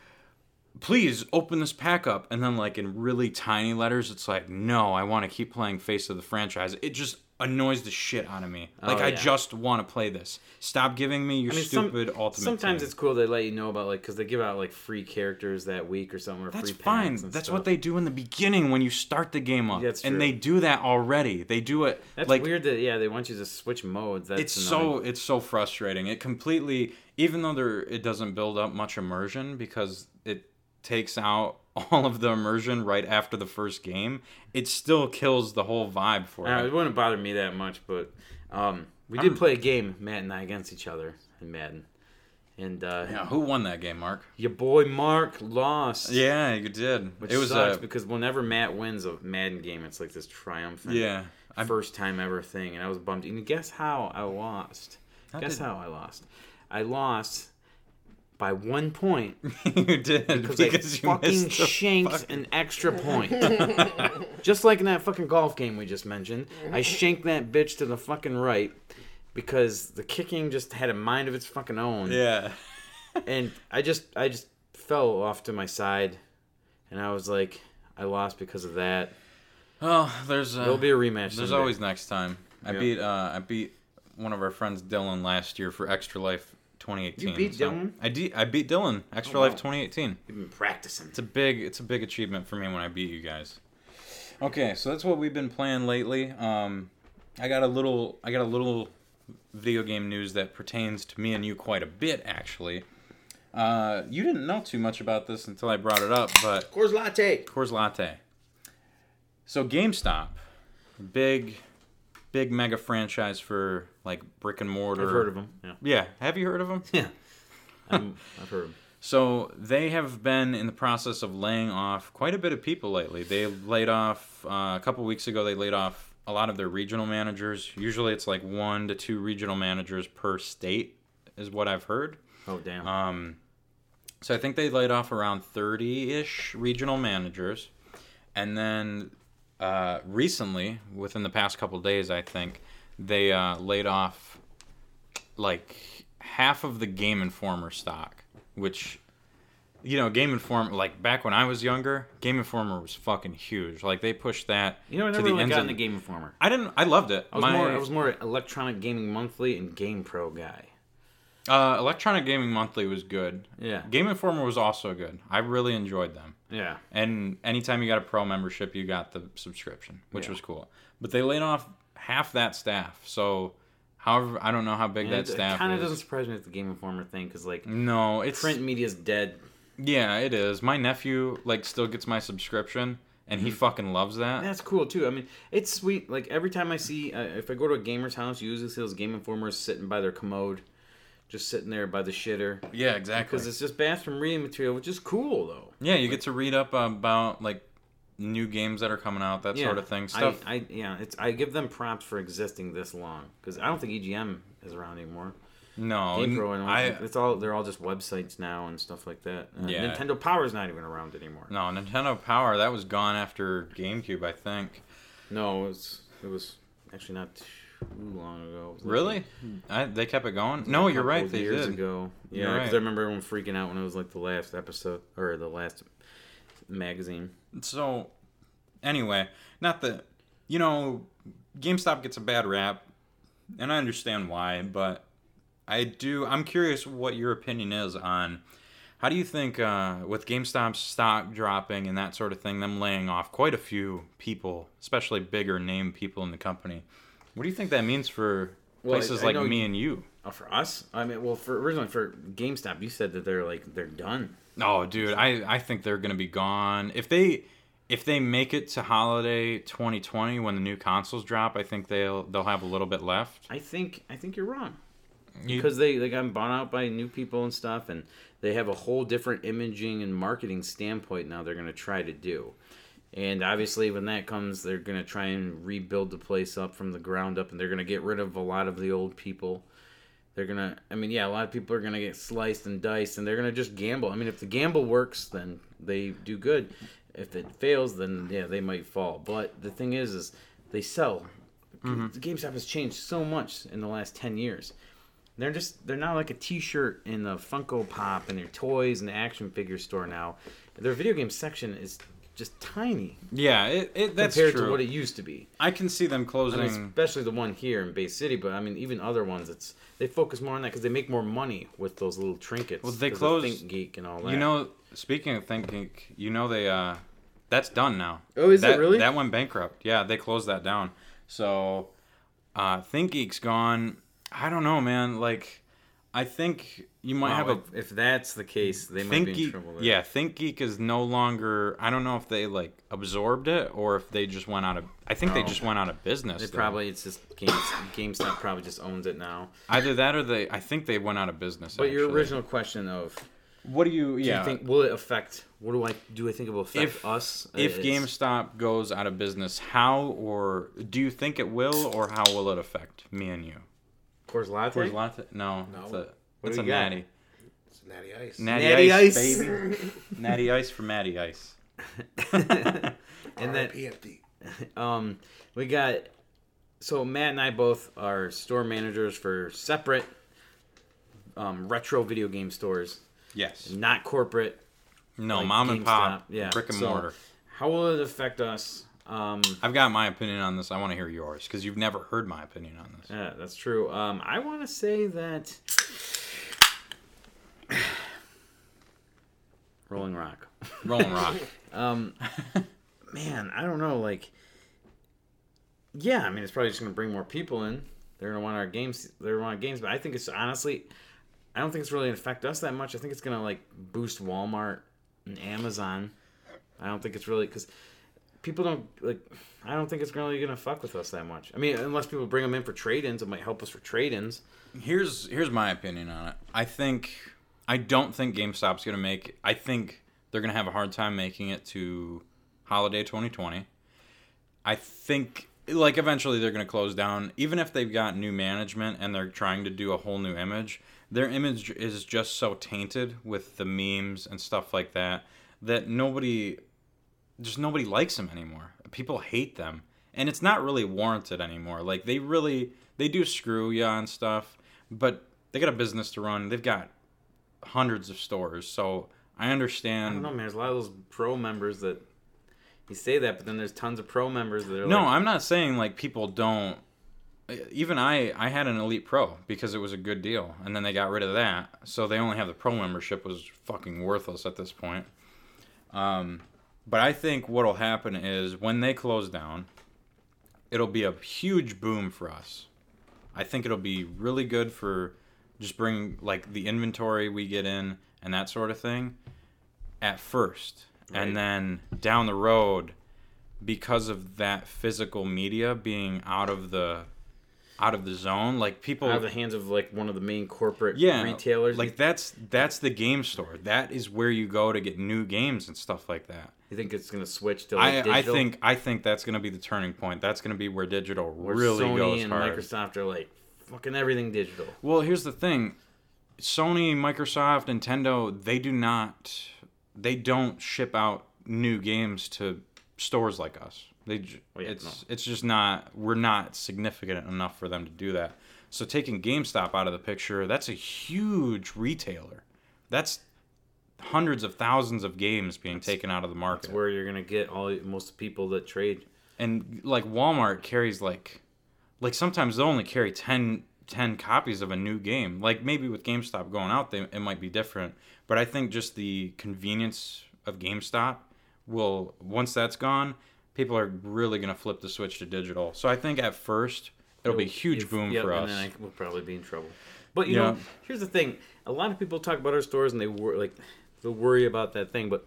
E: please open this pack up and then like in really tiny letters it's like no i want to keep playing face of the franchise it just annoys the shit out of me like i
D: Oh, yeah.
E: just want to play this stop giving me your
D: I mean, some-
E: stupid ultimate
D: Sometimes
E: Team.
D: it's cool they let you know about like because they give out like free characters that week or something. Or
E: that's
D: free
E: fine
D: packs and
E: that's
D: stuff.
E: what they do in the beginning when you start the game up
D: Yeah, it's true.
E: and they do that already they do it
D: That's
E: like
D: weird that yeah they want you to switch modes. That's
E: it's
D: annoying.
E: so it's so frustrating. It completely, even though there it doesn't build up much immersion because it takes out (laughs) all of the immersion right after the first game. It still kills the whole vibe for
D: Uh,
E: it.
D: it wouldn't bother me that much, but um, we did play a game, Matt and I, against each other in Madden, and uh,
E: Yeah, who won that game, Mark?
D: your boy Mark lost.
E: Yeah, you did.
D: which
E: it was uh,
D: sucks
E: a
D: because whenever Matt wins a Madden game, it's like this triumphant,
E: yeah. (laughs) I,
D: first time ever thing, and I was bummed. And guess how I lost? guess
E: did-
D: how I lost? I lost by one point
E: you did (laughs) because,
D: because I
E: you
D: fucking
E: missed. the-
D: shanked an extra point. just like in that fucking golf game we just mentioned, I shanked that bitch to the fucking right because the kicking just had a mind of its fucking own,
E: yeah.
D: and I just I just fell off to my side, and I was like, I lost because of that.
E: Well, there's a, (sighs)
D: There'll be a rematch.
E: there's
D: someday.
E: always next time. I beat uh I beat one of our friends Dylan last year for Extra Life 2018.
D: You beat Dylan? Oh,
E: I, de- I beat Dylan Extra Life 2018.
D: You've been practicing.
E: It's a big it's a big achievement for me when I beat you guys. Okay, so that's what we've been playing lately. Um, I got a little I got a little video game news that pertains to me and you quite a bit actually. Uh, you didn't know too much about this until I brought it up, but
A: Coors Latte.
E: Coors Latte. So GameStop, big big mega franchise for like brick and mortar.
D: I've heard of them. Yeah,
E: Yeah, have you
D: (laughs)
E: heard of them?
D: yeah. I'm, I've heard of them.
E: So they have been in the process of laying off quite a bit of people lately. They laid off uh, a couple weeks ago. They laid off a lot of their regional managers. Usually, it's like one to two regional managers per state, is what I've heard.
D: Oh damn.
E: Uh, So I think they laid off around 30 ish regional managers. And then uh, recently, within the past couple days, I think, they uh, laid off like half of the Game Informer stock, which, you know, Game Informer, like back when I was younger, Game Informer was fucking huge. Like they pushed that
D: you know, I
E: to
D: never
E: the
D: really
E: ends
D: got
E: of-
D: in the Game Informer.
E: I didn't, I loved it.
D: I was more I was more Electronic Gaming Monthly and Game Pro guy.
E: Uh, Electronic Gaming Monthly was good.
D: Yeah.
E: Game Informer was also good. I really enjoyed them.
D: Yeah.
E: And anytime you got a pro membership, you got the subscription, which
D: Yeah.
E: was cool. But they laid off half that staff. So, however, I don't know how big
D: And
E: that staff
D: it kind
E: is. Mm.
D: of doesn't surprise me with the Game Informer thing because like
E: no, it's
D: print media's dead.
E: yeah, it is. My nephew like still gets my subscription, and
D: Mm-hmm.
E: he fucking loves that.
D: That's cool too. I mean, it's sweet. Like every time I see, uh, if I go to a gamer's house, you usually see those Game Informers sitting by their commode, just sitting there by the shitter.
E: yeah, exactly.
D: Because it's just bathroom reading material, which is cool though.
E: yeah, you get to read up about like new games that are coming out, that sort of thing. Stuff.
D: I, I yeah, it's I give them props for existing this long because I don't think EGM is around anymore.
E: no,
D: GamePro and all,
E: Oh, I
D: it's all they're all just websites now and stuff like that. Uh,
E: Yeah.
D: Nintendo Power's not even around anymore.
E: no Nintendo Power that was gone after GameCube, I think.
D: No, it's it was actually not too long ago. It was like
E: Really? I, they kept it going. No,
D: Hmm. a
E: you're
D: couple
E: right. They
D: years
E: did.
D: ago. Yeah,
E: You're
D: because
E: right.
D: I remember everyone freaking out when it was like the last episode or the last magazine.
E: So, anyway, not that you know, GameStop gets a bad rap, and I understand why, but I do. I'm curious what your opinion is on how do you think uh, with GameStop's stock dropping and that sort of thing, them laying off quite a few people, especially bigger name people in the company. What do you think that means for
D: Well, I-
E: places
D: I
E: like
D: know
E: me
D: you-
E: and you?
D: Oh, for us, I mean, well, for originally for GameStop, you said that they're like they're done.
E: Oh, dude, I, I think they're gonna be gone if they if they make it to holiday 2020 when the new consoles drop. I think they'll they'll have a little bit left.
D: I think I think you're wrong
E: You-
D: because they they got bought out by new people and stuff, and they have a whole different imaging and marketing standpoint now. They're gonna try to do, and obviously when that comes, they're gonna try and rebuild the place up from the ground up, and they're gonna get rid of a lot of the old people. They're gonna, I mean, yeah, a lot of people are gonna get sliced and diced, and they're gonna just gamble. I mean, if the gamble works, then they do good. If it fails, then yeah, they might fall. But the thing is, is they sell the GameStop has changed so much in the last ten years. They're just they're not like a T-shirt and the Funko Pop and their toys and the action figure store now. Their video game section is just tiny
E: yeah, it, it that's
D: compared
E: true. Mm.
D: to what it used to be.
E: I can see them
D: I
E: closing.
D: mean, especially the one here in Bay City, but I mean even other ones. It's they focus more on that because they make more money with those little trinkets. Well,
E: they closed-
D: Think Geek and all that.
E: you know, speaking of thinking, you know they uh, that's done now.
D: Oh, is it
E: that,
D: really?
E: That went bankrupt. Yeah, they closed that down. So, uh, ThinkGeek's gone. I don't know, man. Like, I think you might
D: Wow,
E: have a
D: if, if that's the case, they might
E: Think
D: be in
E: Geek,
D: trouble. There.
E: yeah, Think Geek is no longer. I don't know if they like absorbed it or if they just went out of. I think they just went out of business.
D: Oh, They
E: though.
D: probably it's just Games, GameStop probably just owns it now.
E: either that or they. I think they went out of business.
D: But your
E: actually.
D: original question of
E: What do you? Yeah.
D: I think will it affect? What do I do? I think it will affect
E: If-
D: us.
E: if
D: It's-
E: GameStop goes out of business, how or do you think it will, or how will it affect me and you?
D: Coors Latte,
E: Where's latte? No, no. It's a, it's
D: do
E: a
D: you got?
E: natty.
A: It's natty ice.
E: Natty,
D: Natty
E: ice,
D: Ice.
E: baby.
D: (laughs)
E: natty ice for Matty Ice.
D: and then
A: PFD.
D: um, we got. So Matt and I both are store managers for separate um, retro video game stores,
E: Yes.
D: not corporate.
E: No,
D: like
E: mom and
D: GameStop.
E: pop.
D: yeah,
E: Brick and
D: so
E: mortar.
D: How will it affect us? Um,
E: I've got my opinion on this. I want to hear yours because you've never heard my opinion on this.
D: yeah, that's true. Um, I want to say that. (sighs) Rolling Rock.
E: (laughs) Rolling Rock.
D: man, I don't know. Like, yeah, I mean, it's probably just gonna bring more people in. They're gonna want our games. They're gonna want our games, but I think it's honestly, I don't think it's really gonna affect us that much. I think it's gonna like boost Walmart and Amazon. I don't think it's really because people don't like. I don't think it's really gonna fuck with us that much. I mean, unless people bring them in for trade-ins, it might help us for trade-ins.
E: Here's here's my opinion on it. I think I don't think GameStop's gonna make. I think they're gonna have a hard time making it to holiday 2020. I think like eventually they're gonna close down. Even if they've got new management and they're trying to do a whole new image, their image is just so tainted with the memes and stuff like that that nobody just nobody likes them anymore. People hate them, and it's not really warranted anymore. Like they really they do screw you on stuff, but they got a business to run. They've got hundreds of stores, so I
D: I don't
E: understand.
D: know, man. There's a lot of those pro members that you say that, but then there's tons of pro members that are
E: no,
D: like,
E: I'm not saying like people don't even I I had an Elite Pro because it was a good deal, and then they got rid of that, so they only have the Pro membership was fucking worthless at this point. Um, but I think what'll happen is when they close down, it'll be a huge boom for us. I think it'll be really good for just bring like the inventory we get in and that sort of thing at first, and then down the road because of that physical media being out of the out of the zone like people
D: out of the hands of like one of the main corporate
E: yeah
D: retailers.
E: like
D: Like,
E: that's that's the game store that is where you go to get new games and stuff like that
D: you think it's gonna switch to like digital?
E: I, I think i think that's going to be the turning point that's going to be where digital
D: Where
E: really
D: Sony
E: goes
D: and
E: hard
D: Microsoft are like fucking everything digital.
E: well here's the thing sony microsoft nintendo they do not they don't ship out new games to stores like us they j-
D: yeah,
E: it's it's just not we're not significant enough for them to do that so taking gamestop out of the picture that's a huge retailer that's hundreds of thousands of games being taken out of the market
D: Where you're gonna get all most people that trade.
E: and like Walmart carries like like sometimes they'll only carry 10, 10 copies of a new game. Like maybe with GameStop going out, they, it might be different. But I think just the convenience of GameStop will once that's gone, people are really gonna flip the switch to digital. So I think at first it'll be a huge
D: If-
E: boom
D: yep,
E: for
D: and
E: us.
D: then I would probably be in trouble. But you
E: Yeah.
D: know, here's the thing: a lot of people talk about our stores and they wor- like they worry about that thing. But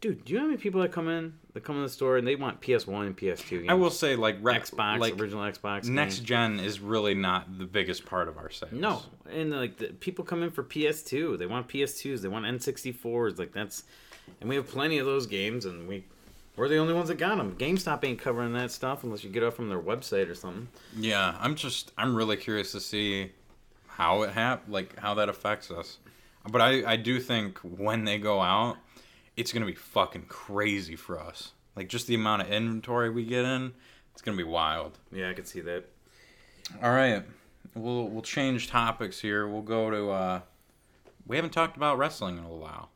D: dude, do you know how many people that come in that come in the store and they want PS One and PS Two games?
E: I, will say like re-
D: Xbox
E: like
D: original Xbox.
E: next
D: games.
E: gen is really not the biggest part of our sales.
D: No, and like the, people come in for PS2. They want PS2s. They want N64s. Like that's, and we have plenty of those games, and we. We're the only ones that got them. GameStop ain't covering that stuff unless you get it from their website or something.
E: Yeah, I'm just I'm really curious to see how it hap like how that affects us. But I I do think when they go out, it's gonna be fucking crazy for us. Like just the amount of inventory we get in, it's gonna be wild.
D: Yeah, I could see that.
E: All right, we'll we'll change topics here. We'll go to uh, we haven't talked about wrestling in a little while,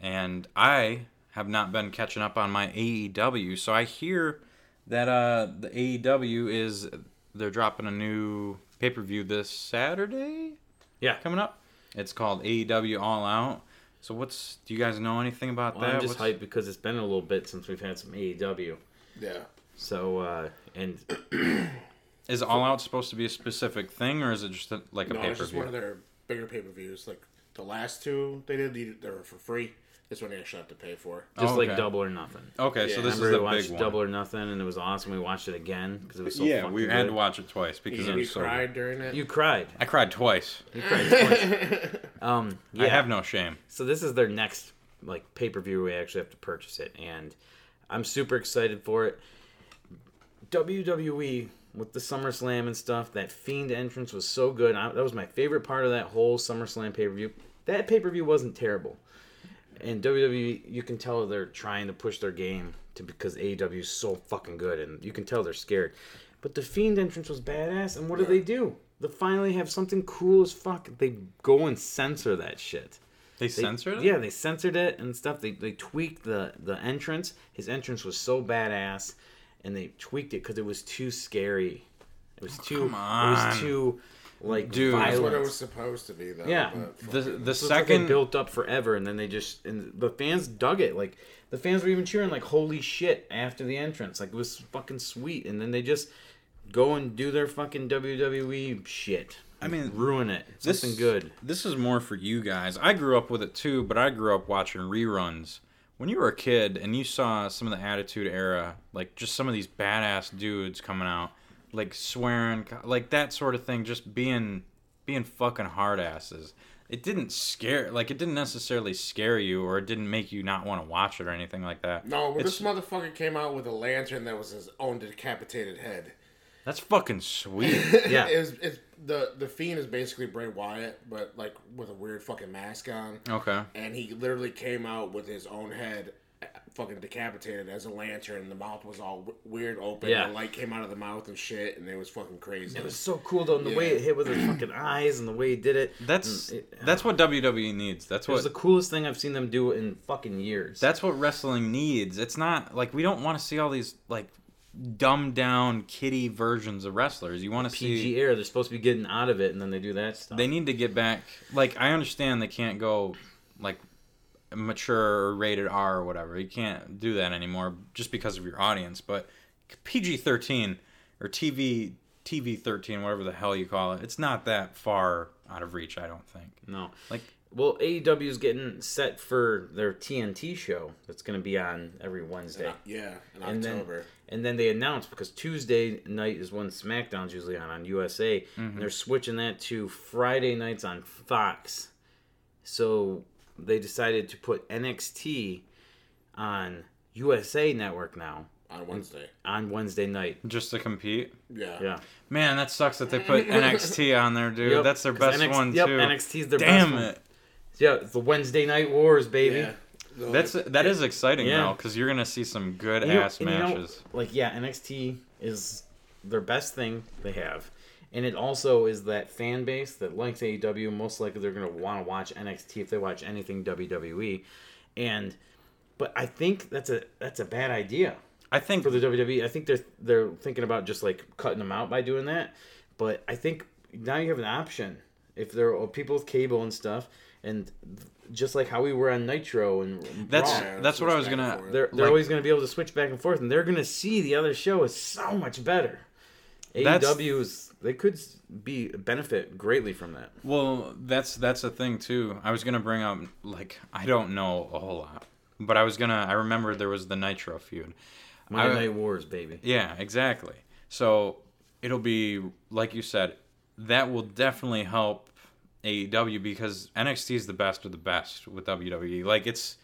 E: and I have not been catching up on my AEW. So I hear that uh, the AEW is they're dropping a new pay per view this Saturday
D: Yeah,
E: coming up. It's called AEW All Out. So what's do you guys know anything about
D: Well,
E: that?
D: I'm just
E: What's-
D: hyped because it's been a little bit since we've had some AEW.
A: Yeah.
D: So, uh, and
E: Oh, Is All Out supposed to be a specific thing, or is it just a, like a
A: No,
E: pay
A: it's
E: per
A: just one of
E: view?
A: their bigger pay per views. Like the last two they did, they- they were for free. This one you actually have to pay for.
D: just
E: Oh,
D: like
E: okay.
D: Double or Nothing.
E: Okay,
A: Yeah,
E: so this is
D: Remember we
E: the
D: watched
E: big one.
D: Double or Nothing and it was awesome. We watched it again because it was so
E: yeah,
D: fucking
E: we
D: good.
E: had to watch it twice because
A: You,
E: I'm
A: you
E: so.
A: cried during it.
D: You cried.
E: I cried twice.
D: You cried twice.
E: (laughs)
D: um, yeah.
E: I have no shame.
D: so this is their next like pay per view. We actually have to purchase it, and I'm super excited for it. WWE with the SummerSlam and stuff. That Fiend entrance was so good. I, that was my favorite part of that whole SummerSlam pay per view. That pay per view wasn't terrible. And WWE, you can tell they're trying to push their game to because AEW is so fucking good, and you can tell they're scared. But the Fiend entrance was badass, and what do they do? They finally have something cool as fuck. They go and censor that shit.
E: They, censored it.
D: Yeah, they censored it and stuff. They, they tweaked the the entrance. His entrance was so badass, and they tweaked it because it was too scary. It was too.
E: Oh, come
D: It
E: on.
D: was too like
E: Dude.
A: That's what it
D: violent.
A: was supposed to be, though. (laughs)
D: Yeah.
A: but fuck
E: The
A: it.
E: the
D: It's like they
E: second
D: built up forever, and then they just and the fans dug it. Like the fans were even cheering like "Holy shit!" after the entrance. Like it was fucking sweet, and then they just go and do their fucking WWE shit.
E: I mean,
D: ruin it.
E: this
D: Something
E: (laughs)
D: good.
E: This is more for you guys. I grew up with it too, but I grew up watching reruns. When you were a kid and you saw some of the Attitude Era, like just some of these badass dudes coming out, like swearing, like that sort of thing, just being being fucking hard asses. It didn't scare, like it didn't necessarily scare you, or it didn't make you not want to watch it or anything like that.
A: no, but
E: it's,
A: this motherfucker came out with a lantern that was his own decapitated head.
E: that's fucking sweet.
D: (laughs) Yeah.
A: It was, it's the the fiend is basically Bray Wyatt, but like with a weird fucking mask on.
E: okay.
A: and he literally came out with his own head uh, fucking decapitated as a lantern the mouth was all w- weird open
D: Yeah.
A: the light came out of the mouth and shit and it was fucking crazy
D: It was so cool though, and the way
A: Yeah.
D: it hit with his fucking eyes, and the way he did it.
E: That's
D: and Mm, it-
E: that's what WWE needs. That's
D: it
E: what
D: was the coolest thing I've seen them do in fucking years.
E: That's what wrestling needs. It's not like we don't want to see all these like dumbed down kitty versions of wrestlers. You want to see
D: PG era. They're supposed to be getting out of it, and then they do that stuff.
E: they need to get back. Like I understand they can't go like mature or rated R or whatever. You can't do that anymore just because of your audience. But PG thirteen or TV TV thirteen, whatever the hell you call it, it's not that far out of reach. I don't think.
D: no.
E: Like
D: Well, AEW is getting set for their TNT show that's going to be on every Wednesday.
A: Yeah, in
D: and then,
A: October.
D: and then they announced because Tuesday night is when SmackDown's usually on on USA, and they're switching that to Friday nights on Fox. So they decided to put NXT on USA Network now
A: on Wednesday.
D: on Wednesday night.
E: just to compete.
A: Yeah.
D: Yeah,
E: Man, that sucks that they put NXT on there, dude.
D: Yep,
E: That's their
D: 'cause
E: best
D: NXT
E: one
D: yep,
E: too.
D: NXT is their
E: Damn
D: best one.
E: it.
D: yeah, it's the Wednesday Night Wars, baby.
A: Yeah. So
E: That's
A: it.
E: that is exciting
D: Yeah.
E: now because you're gonna see some good
D: You know-
E: ass
D: and you know,
E: matches.
D: like yeah, NXT is their best thing they have, and it also is that fan base that likes AEW. Most likely, they're gonna want to watch NXT if they watch anything WWE, and but I think that's a that's a bad idea
E: I think
D: for the WWE. I think they're they're thinking about just like cutting them out by doing that. But I think now you have an option if there are people with cable and stuff, and just like how we were on Nitro and
E: that's
D: Raw.
A: Yeah,
E: that's what
A: switch
E: I was
A: back and
E: gonna.
A: forth.
D: They're, they're
E: Like-
D: always going to be able to switch back and forth, and they're going to see the other show is so much better.
E: That's-
D: AEW's they could s- be benefit greatly from that.
E: Well, that's that's a thing too. I was gonna bring up like I don't know a whole lot, but I was gonna. I remember there was the Nitro feud.
D: Monday
E: I-
D: Night Wars, baby.
E: Yeah, exactly. So it'll be like you said. That will definitely help AEW because NXT is the best of the best with WWE. Like it's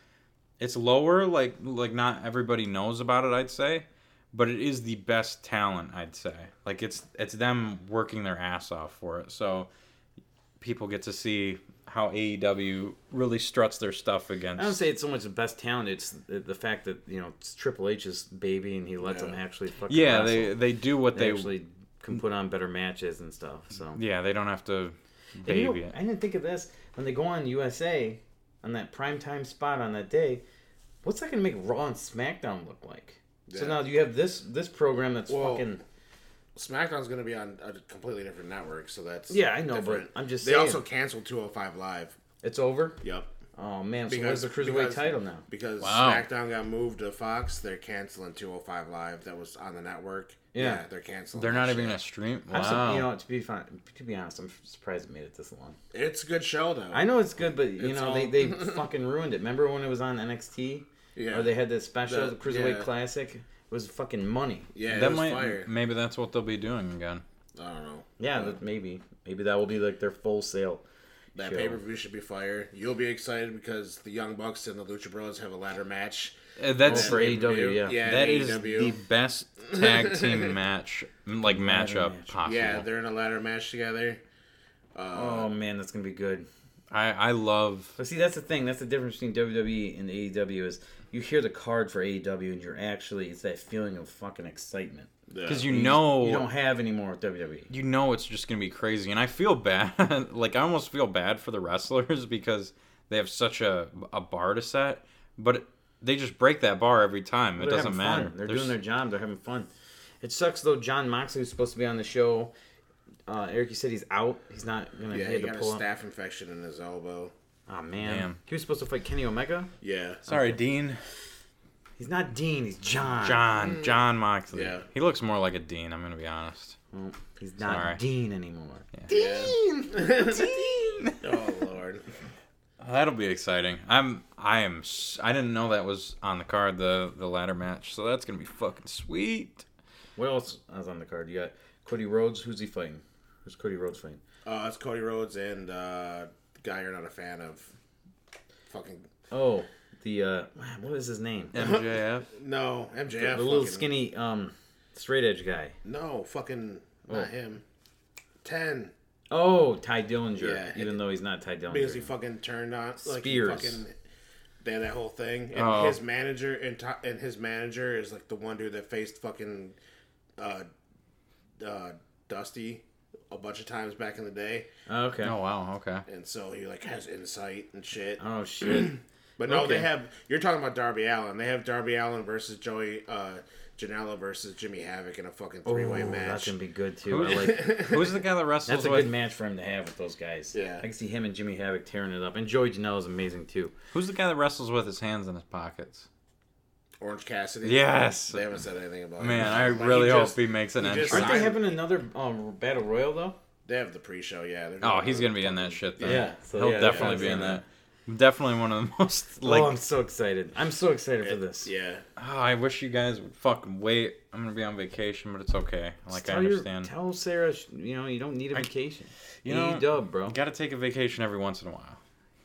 E: it's lower. Like like not everybody knows about it. I'd say, but it is the best talent. I'd say. Like it's it's them working their ass off for it. So people get to see how AEW really struts their stuff against.
D: I don't say it's so much the best talent; it's the, the fact that you know it's Triple H's baby, and he lets them actually fucking
E: yeah,
D: wrestle.
E: they they do what
D: they
E: they.
D: actually can put on better matches and stuff. So
E: yeah, they don't have to.
D: And you know,
E: Baby it.
D: I didn't think of this when they go on USA on that prime time spot on that day. What's that gonna make Raw and SmackDown look like? So now you have this this program that's
A: Well,
D: fucking
A: SmackDown's going to be on a completely different network, so that's
D: Yeah, I know, but
A: different.
D: I'm just
A: They
D: saying.
A: also canceled 205 Live.
D: it's over.
A: Yep.
D: Oh man, so where's the cruiserweight
A: because-
D: title now?
A: Because
E: Wow.
A: SmackDown got moved to Fox, they're canceling 205 Live that was on the network.
D: Yeah.
A: they're canceling.
E: They're
A: that
E: not
D: Oh,
A: shit.
E: even gonna stream. Wow.
D: I'm su- you know, to be fine, to be honest, I'm surprised it made it this long.
A: It's a good show though.
D: I know it's good, but you
A: It's
D: know
A: all- (laughs)
D: they, they fucking ruined it. Remember when it was on NXT?
A: Yeah.
D: Or they had that special
A: The-
D: cruiserweight
A: yeah.
D: classic. It was fucking money.
A: Yeah,
E: that
A: it was
E: might
A: fire.
E: maybe that's what they'll be doing again.
A: I don't know.
D: Yeah, that maybe maybe that will be like their full sale.
A: That
D: show.
A: pay per view should be fire. You'll be excited because the Young Bucks and the Lucha Bros have a ladder match.
E: Uh, That's
D: for AEW, yeah.
A: yeah, E
E: that
A: in
D: E
E: is
A: AEW.
E: the best tag
D: (laughs)
E: team match like matchup
D: match.
E: possible.
A: Yeah, they're in a ladder match together.
D: oh man, that's gonna be good.
E: I I love
D: But see, that's the thing. That's the difference between WWE and AEW is you hear the card for AEW and you're actually it's that feeling of fucking excitement
E: because you know
D: you don't have anymore with E. WWE.
E: you know it's just gonna be crazy, and I feel bad. (laughs) like I almost feel bad for the wrestlers (laughs) because they have such a a bar to set, but they just break that bar every time. it
D: They're
E: doesn't
D: having
E: matter.
D: Fun. They're
E: There's-
D: doing their job. They're having fun. It sucks though. John Moxley was supposed to be on the show. Uh, Eric, you said he's out. He's not gonna
A: Yeah,
D: he
A: he
D: had to
A: got a
D: pull out.
A: staph infection in his elbow.
D: Oh man,
E: Damn.
D: he was supposed to fight Kenny Omega.
A: Yeah,
E: Sorry, Dean.
D: He's not Dean. He's John.
E: John. John Moxley.
A: Yeah.
E: He looks more like a Dean. I'm gonna be honest.
D: He's not
E: Sorry.
D: Dean anymore.
A: Oh lord. (laughs)
E: That'll be exciting. I'm I am s- I didn't know that was on the card the the ladder match. So that's going to be fucking sweet.
D: What else is on the card? You got Cody Rhodes. Who's he fighting? Who's Cody Rhodes fighting?
A: Uh, it's Cody Rhodes and uh, the guy you're not a fan of. Fucking
D: Oh, the uh, man, what is his name? (laughs)
E: MJF.
A: no, MJF.
D: the little
A: fucking-
D: skinny um, straight edge guy.
A: No, fucking
E: Oh.
A: not him. Ten
D: Oh, Ty Dillinger.
A: Yeah,
D: even though he's not Ty Dillinger.
A: because he fucking turned on like
D: Spears.
A: He fucking, they had that whole thing, and
E: Oh.
A: his manager and to, and his manager is like the one dude that faced fucking uh, uh, Dusty a bunch of times back in the day,
D: Oh, okay.
E: Oh wow, okay.
A: and so he like has insight and shit.
E: Uh,
D: Oh shit.
E: (clears throat)
A: But no,
D: Okay.
A: they have. You're talking about Darby Allen. They have Darby Allen versus Joey uh, Janela versus Jimmy Havoc in a fucking three way
D: Ooh, That's
A: match.
D: gonna be good too.
E: (laughs)
D: I like,
E: Who's the guy that wrestles
D: that's a
E: with?
D: good match for him to have with those guys.
A: Yeah.
D: I can see him and Jimmy Havoc tearing it up. And Joey Janela's amazing too.
E: Who's the guy that wrestles with his hands in his pockets?
A: Orange Cassidy.
E: Yes.
A: They haven't said anything about
E: Man,
A: him.
E: I
A: Like, he
E: really hope
A: just-
E: he makes an
A: he just-
E: entrance.
D: Aren't they
A: Fine.
D: having another um, battle royal though?
A: They have the pre show, yeah. they're
E: Oh,
A: doing
E: he's
A: it.
E: gonna be in that shit. Then.
D: Yeah, so
E: he'll
D: yeah,
E: definitely
D: yeah,
E: be in
D: yeah.
E: that. Definitely one of the (laughs) most like.
D: oh, I'm so excited! I'm so excited for this.
A: Yeah.
E: "Ah, I wish you guys would fucking wait. I'm gonna be on vacation, but it's okay. Like I
D: your-
E: understand.
D: tell Sarah, sh- you know, you don't need a vacation.
E: you
D: You
E: know,
D: need dub, bro.
E: You gotta take a vacation every once in a while.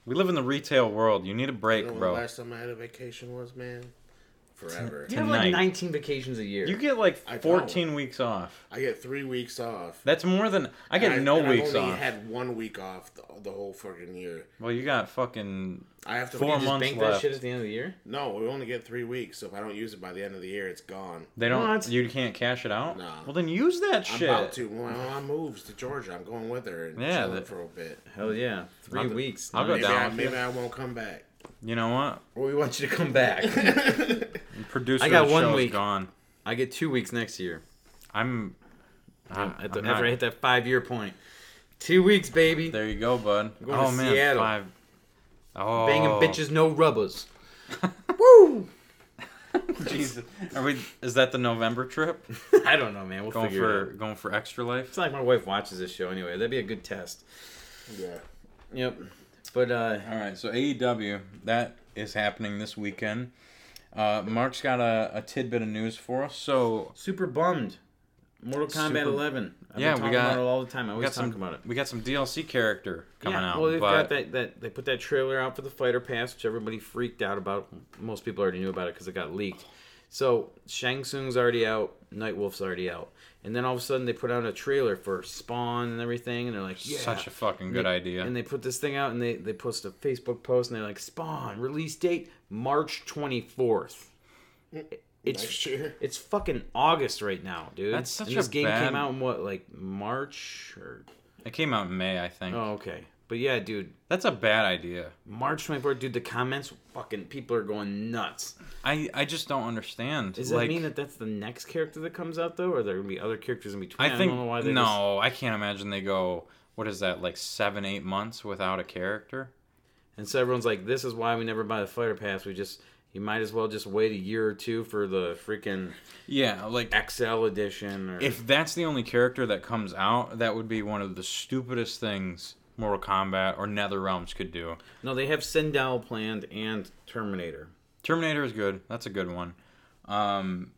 E: We live in the retail world. You need a break,
A: You know when the
E: bro.
A: last time I had a vacation was, man? Forever.
E: (laughs)
D: You have like
E: tonight.
D: 19 vacations a year.
E: You get like
A: I don't.
E: 14 weeks off.
A: I get three weeks off.
E: That's more than I get.
A: And
E: no
A: and
E: weeks
A: I've only
E: off.
A: had one week off the, the whole fucking year.
E: Well, you got fucking.
A: I have to
E: Four
A: we just-
E: months.
D: bank
E: left.
D: that shit at the end of the year.
A: No, we only get three weeks. So if I don't use it by the end of the year, it's gone.
E: They don't.
D: What?
E: You can't cash it out.
A: Nah.
E: Well, then use that shit.
A: I'm about to. When my mom moves to Georgia, I'm going with her and
E: Yeah,
A: chilling
E: that-
A: for a bit.
D: Hell yeah, 3
E: I'll-
D: weeks.
E: I'll go
D: Nice.
A: Maybe, I,
E: down.
A: maybe I won't come back.
E: You know what?
D: Well, we want you to come back. (laughs)
E: Producer,
D: I got
E: of the
D: one
E: show's
D: week.
E: gone.
D: I get two weeks next year.
E: I'm. I'm,
D: At the,
E: I'm
D: after
E: not-
D: I hit that five year point, two weeks, baby.
E: There you go, bud.
D: going
E: oh
D: to
E: man,
D: Seattle.
E: five. Oh,
D: Banging bitches, no rubbers.
E: (laughs) Jesus. Are we? Is that the
D: (laughs)
E: November trip?
D: (laughs) I don't know, man. We'll
E: Going
D: figure
E: for
D: it out.
E: going for extra life.
D: It's not like my wife watches this show anyway. That'd be a good test.
A: (laughs) Yeah.
D: Yep. But uh,
E: All right, so AEW that is happening this weekend. Uh, Mark's got a, a tidbit of news for us. So
D: super bummed. Mortal Kombat
E: Super-
D: 11. I've
E: Yeah,
D: been
E: we
D: talking
E: got-
D: about it all the time. I
E: we
D: always
E: got
D: talk
E: some
D: about it.
E: we got some DLC character coming
D: yeah,
E: out.
D: well, they've
E: but
D: got that, that. They put that trailer out for the fighter pass, which everybody freaked out about. Most people already knew about it because it got leaked. So Shang Tsung's already out, Nightwolf's already out, and then all of a sudden they put out a trailer for Spawn and everything, and they're like, yeah.
E: such a fucking good idea.
D: and they put this thing out, and they they post a Facebook post, and they're like, Spawn release date March twenty fourth. It's
A: Next year.
D: it's fucking August right now, dude.
E: That's such
D: and this
E: a
D: game
E: bad-
D: came out in what like March or
E: it came out in May, I think.
D: oh okay, but yeah, dude,
E: That's a bad idea.
D: March 24th, dude, the comments, fucking people are going nuts.
E: I I just don't understand.
D: Does
E: like,
D: that mean that that's the next character that comes out, though? Or are there going to be other characters in between?
E: I think
D: don't know why they
E: no. I can't imagine they go. What is that like seven eight months without a character?
D: Just... And so everyone's like, this is why we never buy the fighter pass. We just, you might as well just wait a year or two for the freaking
E: Yeah, like
D: XL edition. Or...
E: if that's the only character that comes out, that would be one of the stupidest things Mortal Kombat or Nether Realms could do.
D: No, they have Sendal planned and Terminator.
E: Terminator is good. That's a good one. Um,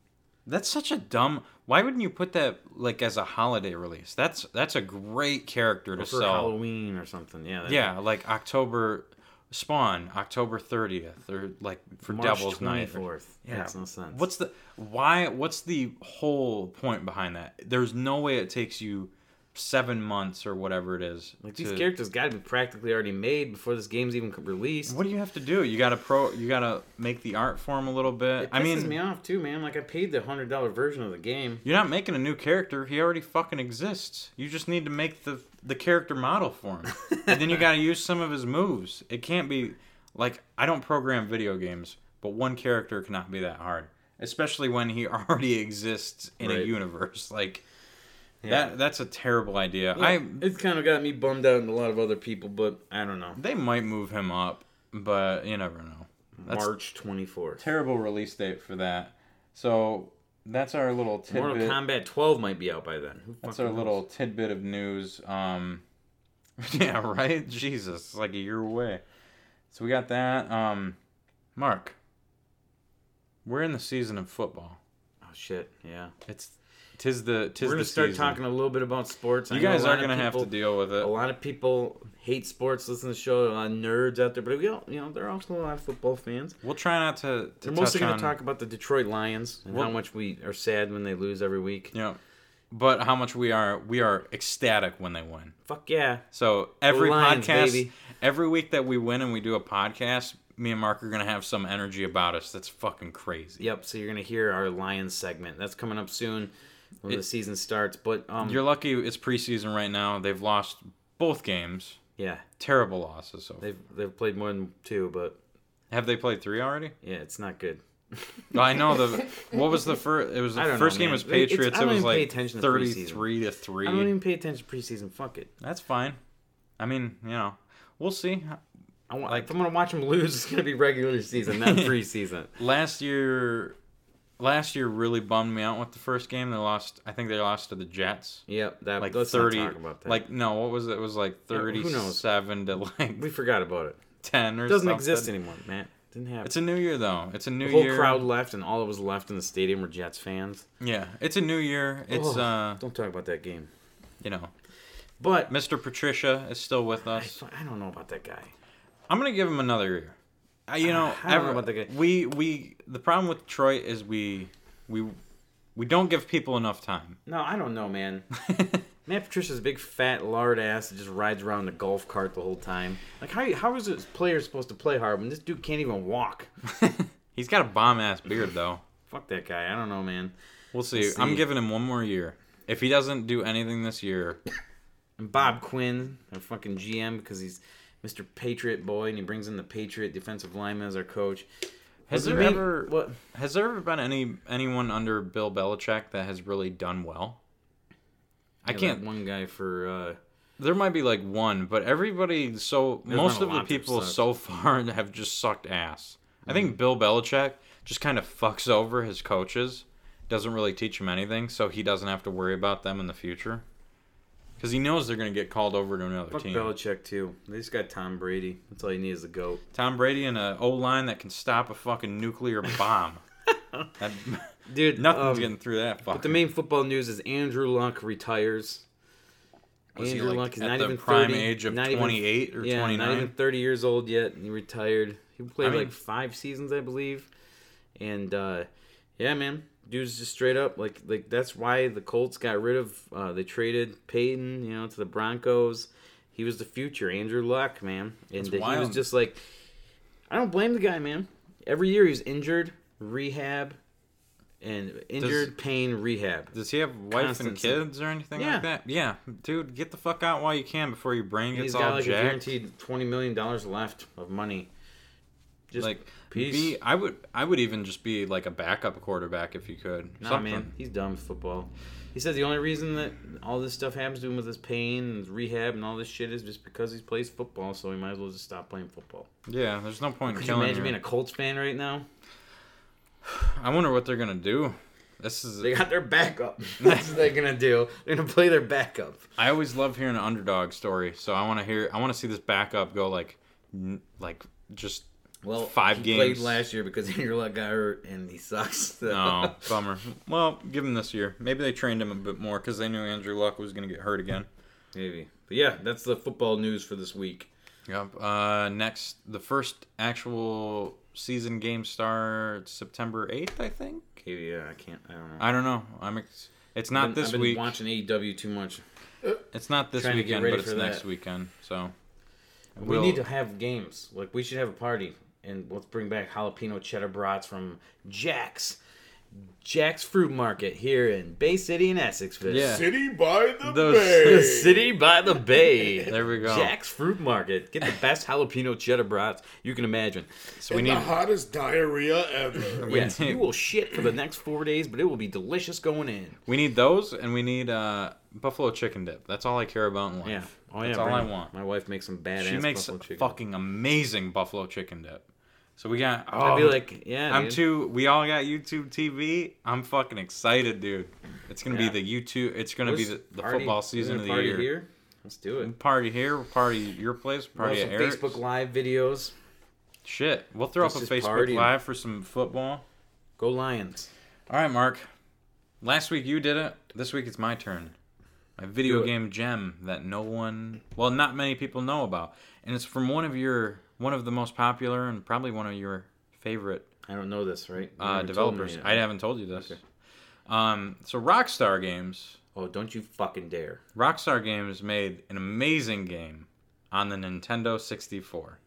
E: that's such a dumb. Why wouldn't you put that like as a holiday release? That's that's a great character to
D: For
E: sell.
D: Halloween or something. Yeah. that-
E: Yeah, like October Spawn, October 30th or like for
D: March
E: Devil's Night. or-
D: 24th.
E: Yeah.
D: Makes no sense.
E: What's the why? What's the whole point behind that? There's no way it takes you seven months or whatever it is.
D: Like, these
E: to-
D: characters got to be practically already made before this game's even released.
E: What do you have to do? You gotta pro. You gotta make the art form a little bit.
D: It pisses
E: I mean,
D: me off too, man. Like I paid the hundred dollar version of the game.
E: you're not making a new character. He already fucking exists. You just need to make the the character model for (laughs) him, and then you gotta use some of his moves. It can't be like I don't program video games, but one character cannot be that hard, especially when he (laughs) already exists in a
D: Right.
E: universe. Like that that's a terrible idea. I
D: it's kind of got me bummed out and a lot of other people, but I don't know.
E: they might move him up, but you never know. That's
D: March twenty fourth.
E: terrible release date for that. So that's our little tidbit.
D: Mortal Kombat twelve might be out by then. Who
E: That's
D: fucking
E: our little tidbit of news. Um, (laughs) yeah, right. Jesus, it's like a year away. So we got that. Um, Mark, we're in the season of football.
D: knows? Oh shit! Yeah,
E: It's tis the tis
D: we're
E: the
D: gonna start
E: season.
D: talking a little bit about sports. I
E: You
D: know a
E: guys
D: lot
E: are
D: of
E: gonna have to
D: people-
E: deal with
D: A
E: it.
D: lot of people hate sports. Listen to the show. A lot of nerds out there, but we all, you know, they're also a lot of football fans.
E: We'll try not to. to
D: We're mostly
E: touch
D: gonna
E: on,
D: talk about the Detroit Lions and how much we are sad when they lose every week.
E: You know, but how much we are we are ecstatic when they win.
D: Fuck yeah!
E: So every
D: Lions,
E: podcast,
D: baby.
E: every week that we win and we do a podcast, me and Mark are gonna have some energy about us. That's fucking crazy.
D: Yep. So you're gonna hear our Lions segment. That's coming up soon when the season starts. But um,
E: You're lucky it's preseason right now. They've lost both games.
D: yeah,
E: Terrible losses. So
D: they've they've played more than two, but (laughs)
E: have they played three already?
D: yeah, it's not good.
E: I know the what was the first? It was
D: I
E: the
D: don't
E: first
D: know,
E: game
D: man.
E: was
D: It- it's-
E: Patriots.
D: I
E: It
D: don't
E: was
D: even pay
E: like
D: attention to preseason.
E: thirty-three to three.
D: I don't even pay attention to preseason. Fuck it.
E: That's fine. I mean, you know, we'll see.
D: I want like if I'm gonna watch them lose, it's gonna be regular season,
E: (laughs)
D: not preseason.
E: Last year, last year really bummed me out with the first game. They lost. I think they lost to the Jets.
D: Yep, that
E: Like
D: let's not
E: thirty.
D: talk about that.
E: Like no, what was it? It was like
D: Yeah, who knows?
E: thirty-seven to like
D: we forgot about it.
E: ten or
D: It doesn't
E: something.
D: exist anymore, man. Didn't happen.
E: It's a new year though. It's a new
D: the whole
E: year.
D: crowd left, and all that was left in the stadium were Jets fans.
E: Yeah, it's a new year. It's
D: Ugh,
E: uh,
D: don't talk about that game.
E: you know,
D: But
E: Mr. Patricia is still with
D: I,
E: us.
D: I don't know about that guy.
E: I'm gonna give him another year. I, you know,
D: I don't know
E: every-
D: about the guy.
E: we we the problem with Detroit is we we we don't give people enough time. (laughs)
D: No, I don't know, man. Matt Patricia's a big fat lard ass that just rides around in a golf cart the whole time. Like how how is this player supposed to play hard when this dude can't even (laughs) walk?
E: He's got a bomb ass beard though.
D: Fuck that guy. I don't know, man.
E: We'll see.
D: We'll see.
E: I'm giving him one more year. If he doesn't do anything this year,
D: And Bob Quinn, our fucking GM, because he's Mr. Patriot boy, and he brings in the Patriot defensive lineman as our coach.
E: has
D: What
E: there
D: do you mean-
E: ever
D: What?
E: has there ever been any anyone under Bill Belichick that has really done well? I
D: Yeah,
E: can't.
D: that one guy for uh,
E: There might be like one, but everybody so
D: There's
E: most
D: been a
E: of the
D: lot that
E: people
D: sucked.
E: so (laughs) far have just sucked ass. I
D: Mm.
E: think Bill Belichick just kind of fucks over his coaches, doesn't really teach them anything, so he doesn't have to worry about them in the future. Because he knows they're going to get called over to another
D: fuck
E: team.
D: Belichick too. They just got Tom Brady. That's all you need is a goat.
E: Tom Brady and an O line that can stop a fucking
D: (laughs)
E: nuclear bomb. that, (laughs)
D: Dude,
E: nothing's
D: um,
E: getting through that. Fuck.
D: But the main football news is Andrew Luck retires.
E: Was he,
D: Andrew
E: like,
D: Luck is
E: at
D: not
E: the
D: even
E: prime
D: 30,
E: age of
D: not even-
E: 28 or
D: yeah, not
E: 29?
D: even 30 years old yet. And he retired. He played
E: I mean-
D: like five seasons, I believe. And uh, yeah, man, dude's just straight up like like that's why the Colts got rid of. Uh, they traded Peyton, you know, to the Broncos. He was the future, Andrew Luck, man, and he was
E: wild.
D: just like, I don't blame the guy, man. Every year he's injured, rehab, and injured, pain, rehab.
E: Does he have wife and
D: Constancy.
E: kids or anything
D: Yeah.
E: like that? Yeah, dude, get the fuck out while you can before your brain
D: He's
E: gets
D: got
E: all
D: like a
E: jacked.
D: guaranteed twenty million dollars left of money. Just
E: like
D: like peace.
E: be I would I would even just be like a backup quarterback if you could.
D: nah,
E: Something.
D: man, he's done with football. He said the only reason that all this stuff happens to him with his pain and his rehab and all this shit is just because he plays football. So he might as well just stop playing football.
E: Yeah, there's no point in
D: Could you
E: killing
D: imagine
E: you
D: being a Colts fan right now?
E: I wonder what they're gonna do. This is
D: They got their
E: (laughs)
D: backup. (laughs) That's what they're gonna do. They're gonna play their backup.
E: I always love hearing an underdog story, so I want to hear I want to see this backup go like n- like
D: (laughs)
E: just
D: Well,
E: Five
D: he
E: games.
D: played last year because (laughs) Andrew Luck got hurt and he sucks. So.
E: no bummer. Well, give him this year. Maybe they trained him a bit more because they knew Andrew Luck was gonna get hurt again.
D: maybe. But yeah, that's the football news for this week.
E: Yep. Uh, next, the first actual season game starts September eighth, I think.
D: Maybe yeah, I can't. I don't know.
E: I don't know. I'm. Ex- it's not
D: I've been-
E: this
D: I've been
E: week.
D: Watching AEW too much.
E: It's not this
D: Trying to get
E: weekend,
D: ready
E: but it's
D: for
E: next
D: that.
E: weekend. So
D: We need to have games. Like we should have a party and let's bring back jalapeno cheddar brats from Jack's, Jack's Fruit Market here in Bay City in Essexville. (laughs)
E: Yeah.
C: City by the
E: Those-
D: The
C: Bay.
D: city by the bay.
E: There we go.
D: Jack's Fruit Market. Get the best jalapeno cheddar brats you can imagine.
E: So we
C: the
E: need.
C: hottest diarrhea ever.
D: Yes,
E: need-
D: you will shit for the next four days, but it will be delicious going in.
E: We need those, and we need uh, buffalo chicken dip. That's all I care about in life.
D: Yeah. Oh, yeah.
E: That's all
D: bring
E: I
D: it.
E: want.
D: My wife makes some badass
E: She makes
D: buffalo chicken.
E: fucking amazing buffalo chicken dip. So we got. Oh,
D: I'd be like, yeah,
E: I'm
D: dude.
E: too. We all got YouTube TV. I'm fucking excited, dude. It's gonna
D: Yeah.
E: be the YouTube. It's gonna be
D: Let's
E: the, the
D: party-
E: football
D: we're
E: season
D: gonna
E: of the
D: party
E: year.
D: Here. Let's do it.
E: Party here, party at your place, party
D: Also,
E: at Eric's.
D: Facebook Live videos.
E: Shit, we'll throw
D: Let's
E: up a
D: just
E: Facebook
D: party.
E: Live for some football.
D: Go Lions.
E: All right, Mark. Last week you did it. This week it's my turn. My video
D: it.
E: game gem that no one, well, not many people know about, and it's from one of your, one of the most popular and probably one of your favorite
D: I don't know this, right? You
E: uh,
D: never told me
E: developers.
D: yet.
E: I haven't told you this. Um, so Rockstar Games,
D: Oh, don't you fucking dare.
E: Rockstar Games made an amazing game on the Nintendo 64.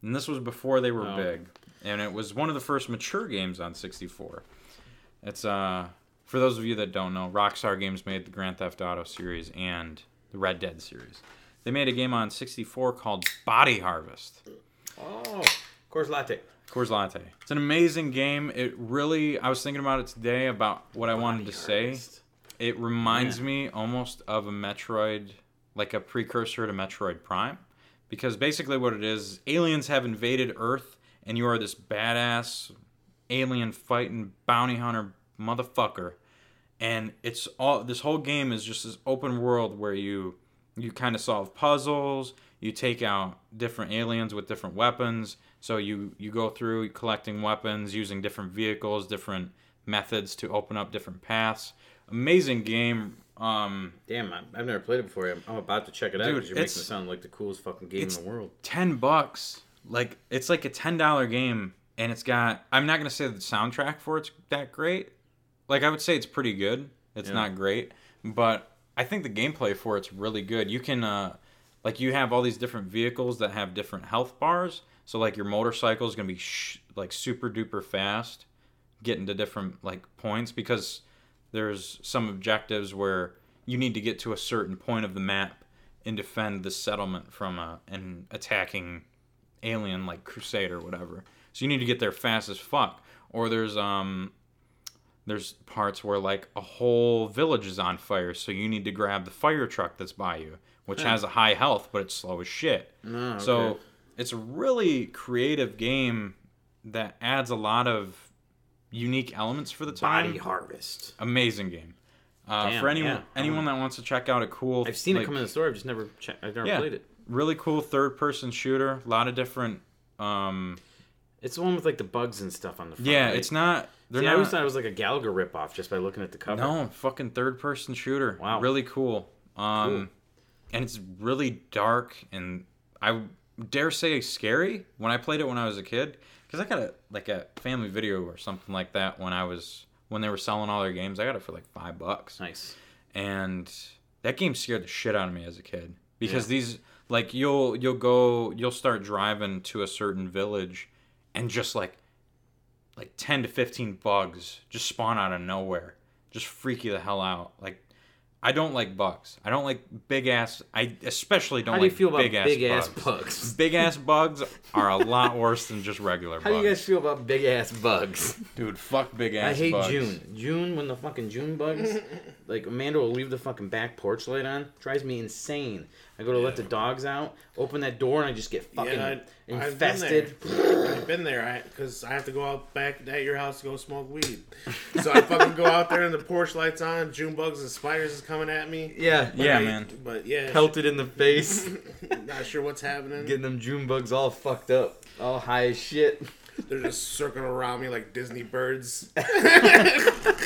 E: And this was before they were
D: Oh.
E: big. And it was one of the first mature games on 64. It's, uh, for those of you that don't know, Rockstar Games made the Grand Theft Auto series and the Red Dead series. They made a game on 64 called Body Harvest.
D: Oh, of course, latte.
E: Coors Latte. It's an amazing game. It really. I was thinking about it today about what I wanted to say.
D: Harvest.
E: It reminds me almost of a Metroid, like a precursor to Metroid Prime, because basically what it is, aliens have invaded Earth, and you are this badass alien fighting bounty hunter motherfucker, and it's all this whole game is just this open world where you you kind of solve puzzles, you take out different aliens with different weapons, so you you go through collecting weapons using different vehicles, different methods to open up different paths amazing game. Um,
D: Damn, I- I've never played it before. I'm, I'm about to check it out
E: Dude,
D: because you're making it
E: it's-
D: sound like the coolest fucking game in
E: it's-
D: the world.
E: ten bucks. Like it's like a ten dollar game, and it's got. I'm not gonna say the soundtrack for it's that great. Like I would say it's pretty good. It's not great, but I think the gameplay for it's really good. You can, uh, like, you have all these different vehicles that have different health bars. So like your motorcycle is gonna be sh- like super duper fast, getting to different like points because there's some objectives where you need to get to a certain point of the map and defend the settlement from a, an attacking alien like crusade or whatever so you need to get there fast as fuck or there's um there's parts where like a whole village is on fire so you need to grab the fire truck that's by you which has a high health but it's slow as shit so it's a really creative game that adds a lot of unique elements for the time
D: Body Harvest.
E: amazing game. Uh,
D: Damn,
E: for anyone
D: yeah.
E: anyone that wants to check out a cool,
D: I've seen
E: like,
D: it come in the store. I've just never che- I've never
E: yeah,
D: played it.
E: really cool third person shooter. A lot of different. Um,
D: It's the one with like the bugs and stuff on the front.
E: yeah,
D: right?
E: it's not. They're
D: See, I
E: not.
D: always thought it was like a Galaga ripoff just by looking at the cover.
E: no, fucking third person shooter.
D: Wow.
E: really cool. Um, and it's really dark and I dare say scary. When I played it when I was a kid, because I got a like a family video or something like that when I was when they were selling all their games. I got it for like five bucks.
D: Nice.
E: and that game scared the shit out of me as a kid because these like you'll you'll go you'll start driving to a certain village and just like like 10 to 15 bugs just spawn out of nowhere just freak you the hell out like i don't like bugs i don't like big ass i especially don't
D: How do you
E: like
D: feel about
E: big,
D: big,
E: ass,
D: ass (laughs)
E: bugs.
D: bugs?
E: big ass bugs are a lot worse than just regular
D: How do
E: bugs
D: you guys feel about big ass bugs?
E: dude fuck big
D: I
E: ass
D: hate
E: bugs.
D: June. June when the fucking June bugs, (laughs) like Amanda will leave the fucking back porch light on, drives me insane. I go to let the dogs out, open that door, and I just get fucking
A: Yeah, I- I've been there.
D: infested.
A: I've been there because I, have to go out back at your house to go smoke weed. So I fucking go out there and the porch lights on, June bugs and spiders is coming at me.
D: Yeah,
E: yeah
A: Right?
E: man
A: But (laughs) yeah,
D: pelted in
A: (laughs)
D: the face,
A: not sure what's happening.
D: getting them June bugs all fucked up, all high as shit.
A: They're just circling around me like Disney birds.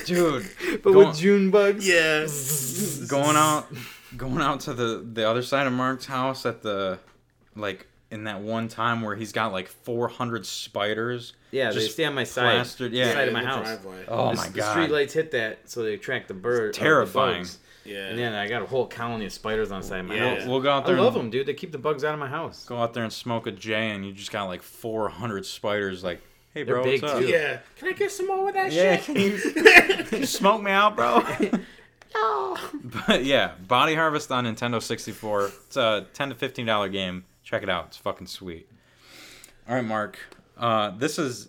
E: dude
D: (laughs) But
E: Go-
D: with June bugs,
A: Yes.
E: going out going out to the the other side of Mark's house at the like in that one time where he's got like 400 spiders.
D: yeah, they
E: just
D: stay on my side,
E: plastered- yeah.
D: side
E: Out
D: of my
A: the
D: house.
A: driveway.
E: Oh
D: The-
E: my
D: the
E: god.
D: street lights hit that, so they attract the bird. or the
E: terrifying.
D: bugs.
A: Yeah.
D: And then I got a whole colony of spiders on the side of my
A: Yeah.
D: house.
E: We'll go out
D: I
E: there
D: love
E: and
D: them, dude. They keep the bugs out of my house.
E: go out there and smoke a J and you just got like 400 spiders like, "Hey
D: They're
E: bro,
D: big,
E: what's up?"
D: too.
A: yeah. Can I get some more of that
E: Yeah,
A: shit?
E: can you, can you smoke me out, bro? But yeah, Body Harvest on Nintendo 64. It's a 10 to 15 dollar game. Check it out. It's fucking sweet. All right, Mark. Uh, this is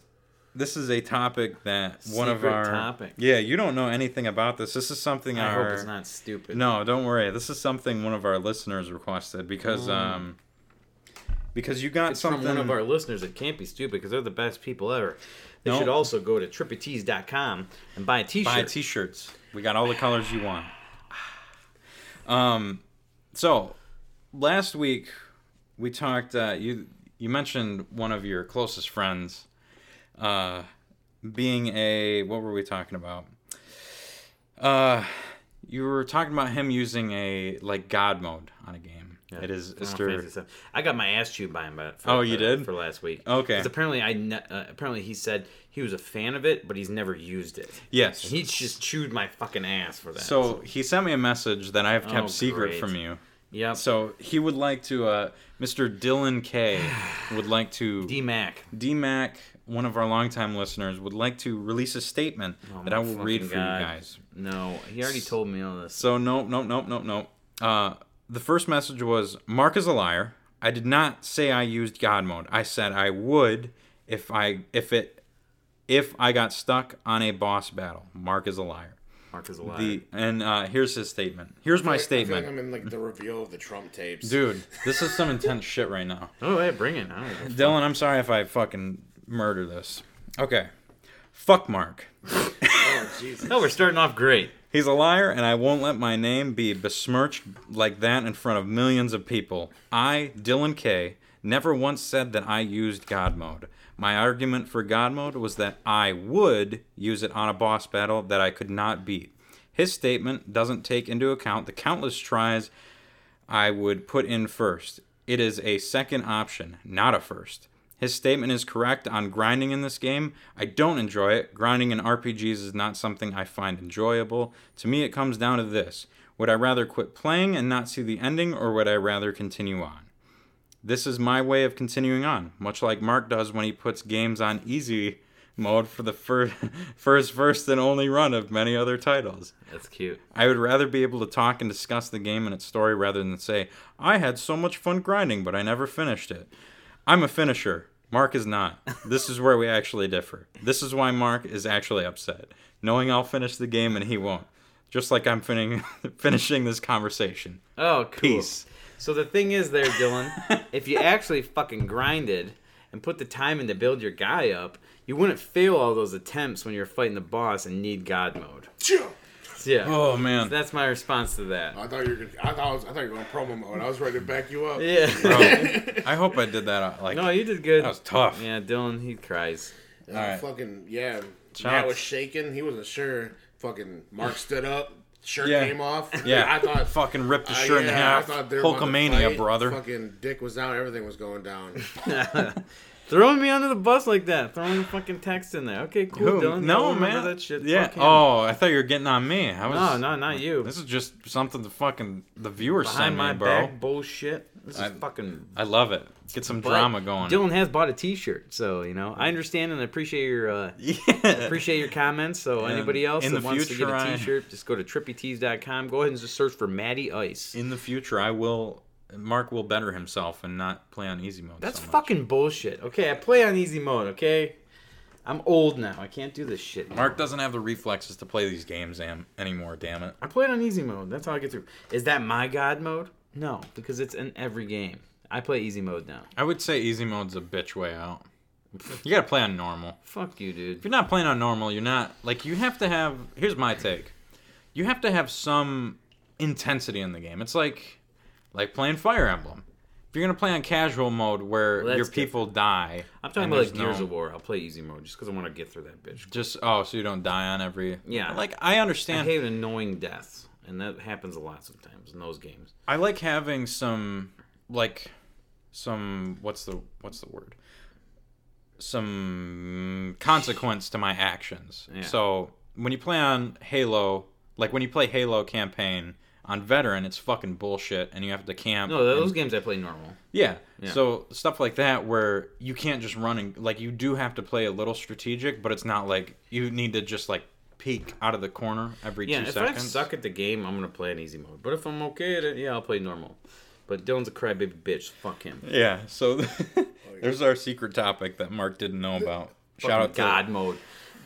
E: this is a topic that one of
D: Secret
E: our
D: topic.
E: Yeah, you don't know anything about this. This is something
D: I
E: our
D: hope it's not stupid.
E: no, don't worry. This is something one of our listeners requested because um because you got
D: Mm. it's
E: something
D: from one of our listeners. It can't be stupid because they're the best people ever. They
E: No.
D: should also go to trippytees.com and buy a t-shirt.
E: buy t-shirts. We got all the colors you want. (sighs) Um, so last week we talked. Uh, you you mentioned one of your closest friends, uh, being a what were we talking about? Uh, you were talking about him using a like God mode on a game. It is
D: I don't
E: Mr.
D: fancy stuff. I got my ass chewed by him. But for,
E: Oh, you
D: for-
E: did?
D: for last week.
E: Okay.
D: 'Cause apparently, I ne- uh, apparently he said he was a fan of it, but he's never used it.
E: Yes.
D: He just chewed my fucking ass for that.
E: so he sent me a message that I have kept
D: Oh,
E: secret
D: great.
E: from you.
D: yep. So
E: So he would like to, uh, Mr. Dylan K would like to
D: D Mac.
E: DMAC, one of our longtime listeners, would like to release a statement that I will read for
D: Oh, God.
E: you guys.
D: No, he already told me all this.
E: So, nope, nope, nope, nope, nope. Uh, the first message was Mark is a liar. I did not say I used God mode. I said I would, if I if it if I got stuck on a boss battle, Mark is a liar.
D: Mark is a liar.
E: The and uh, here's his statement. Here's my
A: I feel like
E: statement,
A: I'm in like the reveal of the Trump tapes.
E: dude. This is some intense shit right now.
D: oh, yeah, bring it. I don't know.
E: Dylan, I'm sorry if I fucking murder this. Okay. Fuck Mark.
A: Oh, Jesus.
D: No, we're starting off great.
E: He's a liar, and I won't let my name be besmirched like that in front of millions of people. I, Dylan K, never once said that I used God mode. My argument for God mode was that I would use it on a boss battle that I could not beat. His statement doesn't take into account the countless tries I would put in first. It is a second option, not a first. His statement is correct on grinding in this game. I don't enjoy it. Grinding in RPGs is not something I find enjoyable. To me, it comes down to this Would I rather quit playing and not see the ending, or would I rather continue on? This is my way of continuing on, much like Mark does when he puts games on easy mode for the fir- (laughs) first, first, and only run of many other titles.
D: That's cute.
E: I would rather be able to talk and discuss the game and its story rather than say, I had so much fun grinding, but I never finished it. I'm a finisher. Mark is not. This is where we actually differ. This is why Mark is actually upset, knowing I'll finish the game and he won't. Just like I'm fin- (laughs) finishing this conversation.
D: Oh, cool.
E: Peace.
D: So the thing is, there,
E: (laughs)
D: Dylan, if you actually fucking grinded and put the time in to build your guy up, you wouldn't fail all those attempts when you're fighting the boss and need God mode. So, yeah.
E: Oh, man.
D: That's my response to that.
A: I thought you were. Gonna, I thought I, was, I thought you were going promo mode. I was ready to back you up.
D: Yeah.
A: (laughs)
E: Bro, Oh. I hope I did that. uh,
D: (laughs)
E: Like,
D: No, you did good.
E: that was tough.
D: Yeah, Dylan, he cries.
A: Uh,
E: right.
A: Fucking yeah.
E: Shots.
A: Matt was shaking. He wasn't sure. Fucking Mark stood up. Shirt
E: Yeah.
A: came off.
E: Yeah.
A: (laughs) I thought.
E: Fucking ripped his
A: uh,
E: shirt in
A: yeah, I
E: half.
A: thought they were about to
E: Hulkamania,
A: fight.
E: brother.
A: Fucking dick was out. Everything was going down.
D: Throwing me under the bus like that, throwing a fucking text in there. Okay, cool,
E: Who?
D: Dylan. I
E: no,
D: remember
E: man.
D: That shit.
E: Yeah.
D: Fuck him.
E: Oh, I thought you were getting on me. I was,
D: No, no, not you.
E: This is just something the fucking the viewers
D: Behind
E: send me,
D: my
E: bro.
D: back bullshit. This is
E: I-
D: fucking
E: I love it. Get some
D: But
E: drama going.
D: Dylan has bought a T-shirt, so you know I understand and appreciate your uh,
E: (laughs) yeah.
D: appreciate your comments. So
E: And
D: anybody else
E: in
D: that
E: the
D: wants to
E: future,
D: get
E: I-
D: a T-shirt, just go to trippytees.com. Go ahead and just search for Maddie Ice.
E: In the future, I will. Mark will better himself and not play on easy mode.
D: That's
E: so much.
D: fucking bullshit. Okay, I play on easy mode. Okay, I'm old now. I can't do this shit.
E: Mark doesn't have the reflexes to play these games am- anymore. Damn it.
D: I play it on easy mode. That's how I get through. Is that my god mode? No, because it's in every game. I play easy mode now.
E: I would say easy mode's a bitch way out. You gotta play on normal.
D: Fuck you,
E: If
D: dude.
E: you're not playing on normal, you're not like you have to have. Here's my take: you have to have some intensity in the game. It's like like playing Fire Emblem. If you're gonna play on casual mode where
D: Well,
E: your
D: that's
E: people die,
D: I'm talking
E: and
D: about like
E: there's no-
D: Gears of War. I'll play easy mode just because I want to get through that bitch.
E: Just oh, so you don't die on every.
D: Yeah.
E: Like I
D: I
E: understand. I,
D: hate annoying deaths, and that happens a lot sometimes in those games.
E: like having some like some what's the what's the word? Some consequence to my actions.
D: Yeah.
E: So when you play on Halo, like when you play Halo campaign on veteran, it's fucking bullshit, and you have to camp.
D: No, those
E: and-
D: games I play normal.
E: Yeah.
D: Yeah.
E: So stuff like that where you can't just run and like you do have to play a little strategic, but it's not like you need to just like peek out of the corner every
D: Yeah,
E: two
D: if
E: seconds.
D: I suck at the game, I'm gonna play in easy mode. But if I'm okay at it, yeah, I'll play normal. But Dylan's a crybaby bitch. Fuck him.
E: Yeah. So (laughs) there's our secret topic that Mark didn't know about. Shout out to Oh.
D: God mode.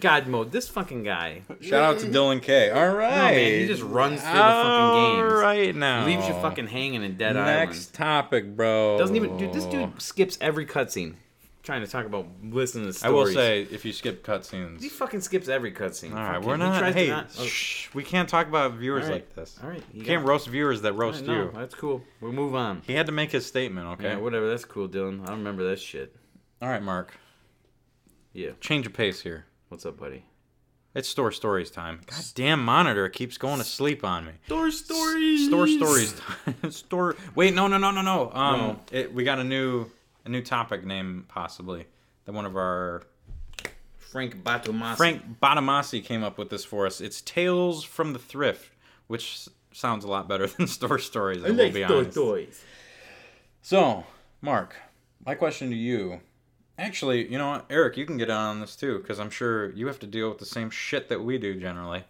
D: God mode. This fucking guy
E: Shout out to Dylan K. All right.
D: man, he just runs through the fucking games.
E: All right now.
D: leaves you fucking hanging in dead
E: Next Oh. topic, bro.
D: island. Doesn't even. Dude, this dude skips every cutscene. Trying to talk about listening to
E: I will
D: stories.
E: say, if you skip cutscenes,
D: he fucking skips every cutscene.
E: all right,
D: Fucking-
E: we're
D: he
E: not.
D: tries to
E: Hey,
D: not- oh,
E: shh, we can't talk about viewers
D: All right.
E: like this.
D: all right, you
E: You can't
D: got-
E: roast viewers that roast
D: no,
E: you.
D: That's cool. We'll move on.
E: He had to make his statement, okay?
D: Yeah, whatever. That's cool, Dylan. I remember that shit.
E: All right, Mark.
D: Yeah.
E: Change of pace here.
D: What's up, buddy?
E: It's store stories time. God damn monitor keeps going to sleep on me.
D: Store stories.
E: Store stories (laughs) time. store Wait, no, no, no, no, no. Um It, we got a new a new topic name possibly. That one of our
D: Frank Batomasi.
E: Frank Bottomasi came up with this for us. It's Tales from the Thrift, which s- sounds a lot better (laughs) than store stories, I will be honest. So, Mark, my question to you. Actually, you know what, Eric, you can get in on this too, because I'm sure you have to deal with the same shit that we do generally.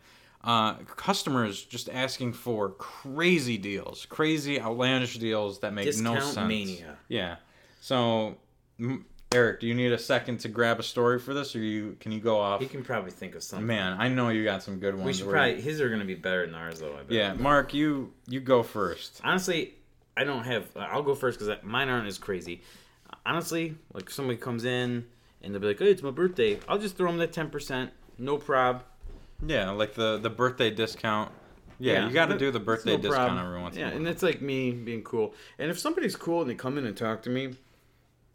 E: Uh, customers just asking for crazy deals, crazy outlandish deals that make no
D: Discount
E: sense.
D: mania.
E: Yeah. So, m- Eric, do you need a second to grab a story for this, or you can you go off?
D: He can probably think of something.
E: Man, I know you got some good ones.
D: we should
E: where-
D: probably his are gonna be better than ours though. I bet.
E: Yeah, Mark, you you go first.
D: honestly, I don't have. I'll go first because mine aren't as crazy. Honestly, like somebody comes in and they'll be like, "Hey, it's my birthday." I'll just throw them that ten percent, no prob.
E: Yeah, like the the birthday discount. Yeah, you got to do the
D: it's
E: birthday
D: no
E: discount
D: prob.
E: every once
D: Yeah,
E: in a
D: and
E: while.
D: it's like me being cool. And if somebody's cool and they come in and talk to me,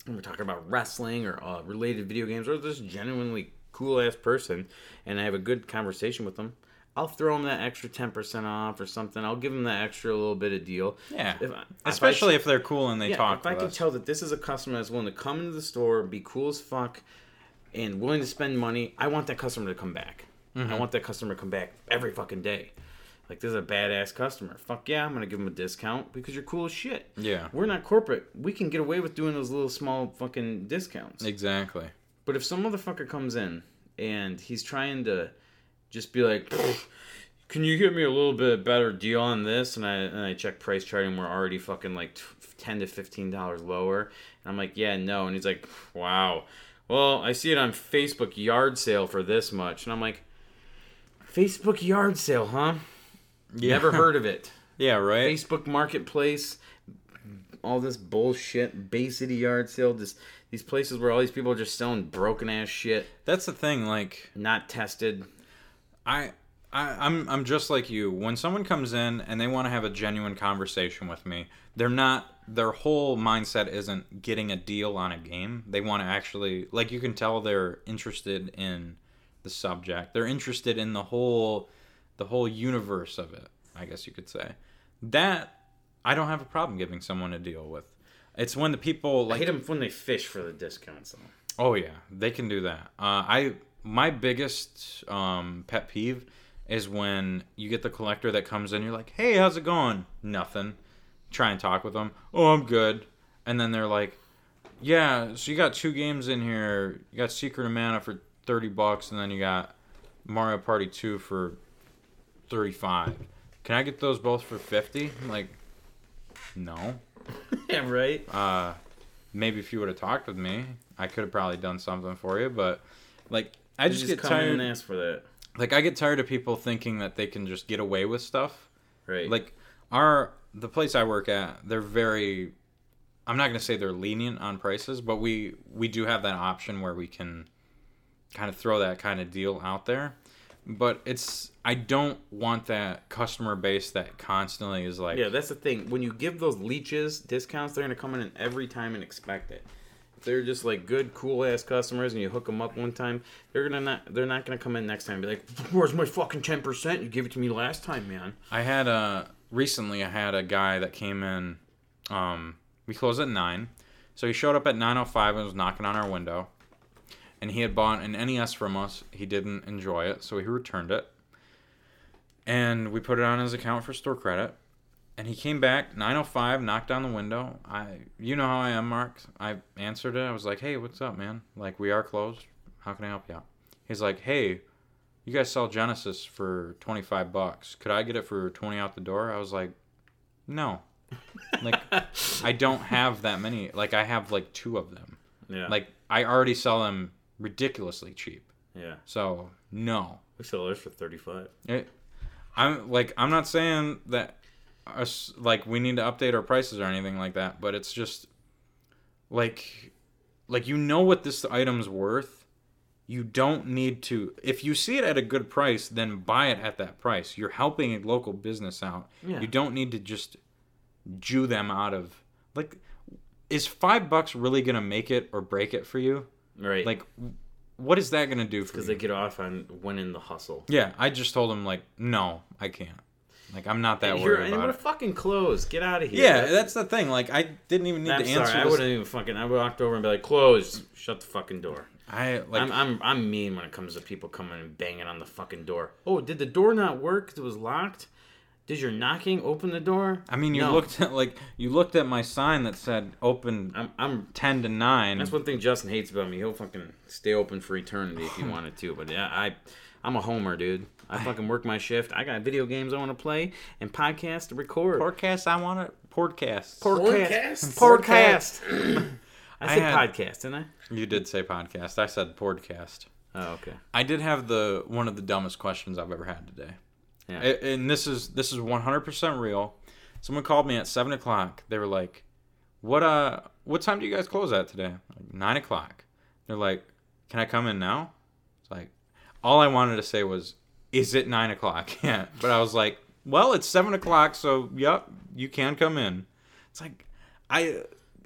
D: and we're talking about wrestling or uh, related video games, or just genuinely cool ass person, and I have a good conversation with them. I'll throw them that extra ten percent off or something. I'll give them that extra little bit of deal.
E: Yeah,
D: If I- if I-
E: especially if they're cool and they
D: yeah,
E: talk.
D: if I
E: with
D: can
E: us.
D: tell that this is a customer that's willing to come into the store, be cool as fuck, and willing to spend money, I want that customer to come back.
E: Mm-hmm.
D: I want that customer to come back every fucking day. Like this is a badass customer. Fuck yeah, I'm gonna give him a discount because you're cool as shit.
E: Yeah.
D: we're not corporate. We can get away with doing those little small fucking discounts.
E: exactly.
D: But if some motherfucker comes in and he's trying to just be like, "Pfft, can you give me a little bit better deal on this? And I and I check price chart and we're already fucking like t- ten to fifteen dollars lower. And I'm like, yeah, no. And he's like, wow. Well, I see it on Facebook yard sale for this much. And I'm like, Facebook yard sale, huh? Never heard of it.
E: Yeah, right.
D: Facebook Marketplace, all this bullshit, Bay City yard sale, this these places where all these people are just selling broken ass shit,
E: That's the thing. Like
D: not tested.
E: I. I, I'm I'm just like you. When someone comes in and they want to have a genuine conversation with me, they're not. Their whole mindset isn't getting a deal on a game. They want to actually, like you can tell, they're interested in the subject. They're interested in the whole, the whole universe of it. I guess you could say that I don't have a problem giving someone a deal with. It's when the people
D: I
E: like
D: hate them when they fish for the discounts. though. (laughs)
E: Oh yeah, they can do that. Uh, I my biggest um, pet peeve is when you get the collector that comes in. You're like, "Hey, how's it going?" Nothing. Try and talk with them. Oh, I'm good. And then they're like, "Yeah, so you got two games in here. You got Secret of Mana for thirty bucks, and then you got Mario Party Two for thirty-five. Can I get those both for 50 Like, no
D: Yeah, right.
E: maybe if you would have talked with me, I could have probably done something for you. But like, I
D: You
E: just, get
D: come in
E: tired.
D: and ask for that.
E: Like, I get tired of people thinking that they can just get away with stuff.
D: Right.
E: Like, our the place I work at, they're very. I'm not gonna say they're lenient on prices, but we we do have that option where we can kind of throw that kind of deal out there. But it's I don't want that customer base that constantly is like
D: yeah, that's the thing. When you give those leeches discounts, they're gonna come in every time and expect it. If they're just like good, cool ass customers, and you hook them up one time, they're gonna not. They're not gonna come in next time and be like, "Where's my fucking ten percent? You gave it to me last time, man."
E: I had a recently. I had a guy that came in. Um, we closed at nine, so he showed up at nine oh five and was knocking on our window. And he had bought an NES from us. He didn't enjoy it, so he returned it. And we put it on his account for store credit. And he came back nine oh five, knocked on the window. I, you know how I am, Mark. I answered it. I was like, "Hey, what's up, man? Like, we are closed. How can I help you out?" He's like, "Hey, you guys sell Genesis for 25 bucks. Could I get it for 20 out the door? I was like, no. Like, I don't have that many. Like, I have like two of them.
D: Yeah.
E: Like, I already sell them ridiculously cheap.
D: yeah,
E: So, no.
D: we sell ours for thirty-five.
E: It, I'm like, I'm not saying that us, like, we need to update our prices or anything like that, but it's just like, like, you know what this item's worth you don't need to if you see it at a good price then buy it at that price you're helping a local business out
D: Yeah.
E: you don't need to just jew them out of like is five bucks really gonna make it or break it for you
D: Right.
E: like what is that gonna do for you
D: because they get off on winning the hustle.
E: yeah i just told him like no i can't like i'm not that
D: You're,
E: worried
D: and
E: about
D: what a
E: it
D: fucking close. Get out of here.
E: yeah that's the thing like i didn't even need
D: I'm
E: to
D: sorry.
E: answer
D: I
E: this.
D: wouldn't even fucking. I walked over and be like, "Close. Shut the fucking door."
E: i like
D: I'm, I'm I'm mean when it comes to people coming and banging on the fucking door. Oh, did the door not work? 'cause It was locked. Did your knocking open the door?
E: i mean you
D: No.
E: looked at like you looked at my sign that said open
D: I'm, I'm
E: 10 to 9
D: That's one thing Justin hates about me. He'll fucking stay open for eternity
E: (laughs)
D: if he wanted to. But yeah, I, I'm a homer, dude. I fucking work my shift. I got video games I want to play and podcasts to record.
E: Podcast I want to podcast.
D: Podcast.
A: Podcast?
D: Podcast. (clears throat) I
E: I
D: said
E: had-
D: podcast, didn't
E: You did say podcast. I said podcast.
D: I? Oh, okay.
E: I did have the one of the dumbest questions I've ever had today.
D: Yeah.
E: A- And this is this is one hundred percent real. Someone called me at seven o'clock. They were like, "What uh, what time do you guys close at today?" Like nine o'clock. They're like, "Can I come in now?" It's like, all I wanted to say was, "Is it nine o'clock?" (laughs) Yeah, but I was like, "Well, it's seven o'clock, so yep, you can come in." It's like, I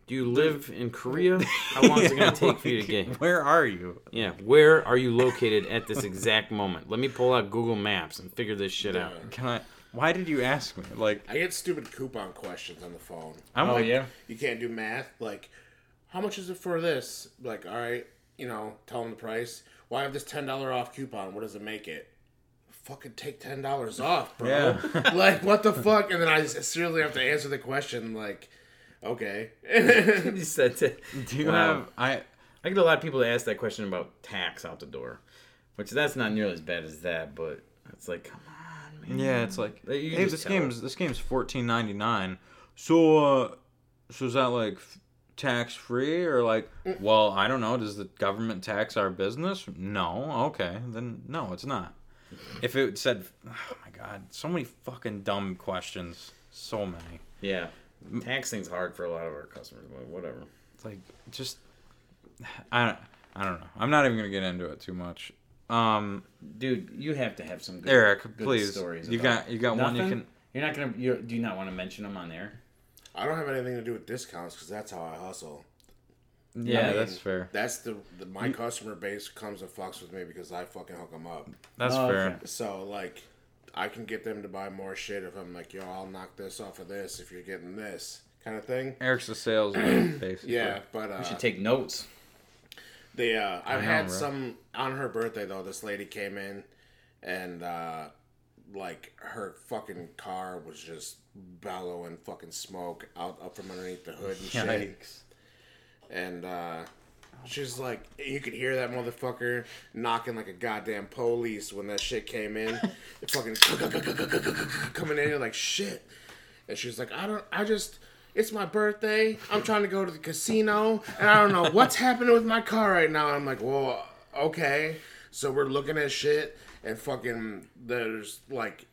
D: Do you live in (laughs) Korea? How long
E: (laughs)
D: is it going to take for you to get? here?
E: where are you?
D: Yeah, where are you located at this exact moment? Let me pull out Google Maps and figure this shit out.
E: Can I? Why did you ask me? Like,
A: I get stupid coupon questions on the phone.
D: Oh,
E: I'm like,
A: You can't do math. Like, how much is it for this? Like, all right, you know, tell them the price. Well, I have this ten dollar off coupon. What does it make it? Fucking take ten dollars off, bro.
D: (laughs)
E: Yeah.
A: (laughs) like, what the fuck? And then I seriously have to answer the question. Like, okay.
D: (laughs)
A: (laughs)
D: You said that. (laughs)
E: Do you
D: Wow.
E: have I?
D: I get a lot of people that ask that question about tax out the door, which that's not nearly as bad as that, but it's like, come on, man.
E: Yeah, it's like
D: Like, you can
E: hey,
D: just
E: this
D: tell.
E: game's this game's fourteen ninety nine. So, uh, so is that like tax free or like?
D: Mm.
E: Well, I don't know. Does the government tax our business? No. Okay, then no, it's not. If it said, (sighs) oh my god, so many fucking dumb questions, so many.
D: Yeah. Taxing's hard for a lot of our customers, but whatever.
E: It's like just (sighs) I don't I don't know. I'm not even gonna get into it too much. Um,
D: Dude, you have to have some good,
E: Eric,
D: good
E: please,
D: stories.
E: you
D: about-
E: got you got one you
D: Nothing?
E: can.
D: You're not gonna. You do you not want to mention them on there?
A: I don't have anything to do with discounts because that's how I hustle.
E: Yeah,
A: I mean,
E: that's fair.
A: That's the, the my customer base comes and fucks with me because I fucking hook them up.
E: That's
D: Oh,
E: fair.
D: okay.
A: So like, I can get them to buy more shit if I'm like, yo, I'll knock this off of this if you're getting this kind of thing.
E: Eric's the sales lead,
A: (clears throat)
E: basically.
A: Yeah, but uh,
D: You should take notes.
A: they uh, I've
E: know,
A: had
E: bro.
A: some on her birthday though. This lady came in, and uh, like her fucking car was just bellowing fucking smoke out up from underneath the hood and shit.
E: (laughs) Yikes.
A: and uh, she's like, you could hear that motherfucker knocking like a goddamn police when that shit came
E: (laughs)
A: in. It fucking (laughs) coming in, you're like shit. And she's like, I don't, I just, it's my birthday. I'm trying to go to the casino, and I don't
E: (laughs)
A: know what's happening with my car right now. And I'm like, well, okay. So we're looking at shit, and (laughs) fucking, there's like.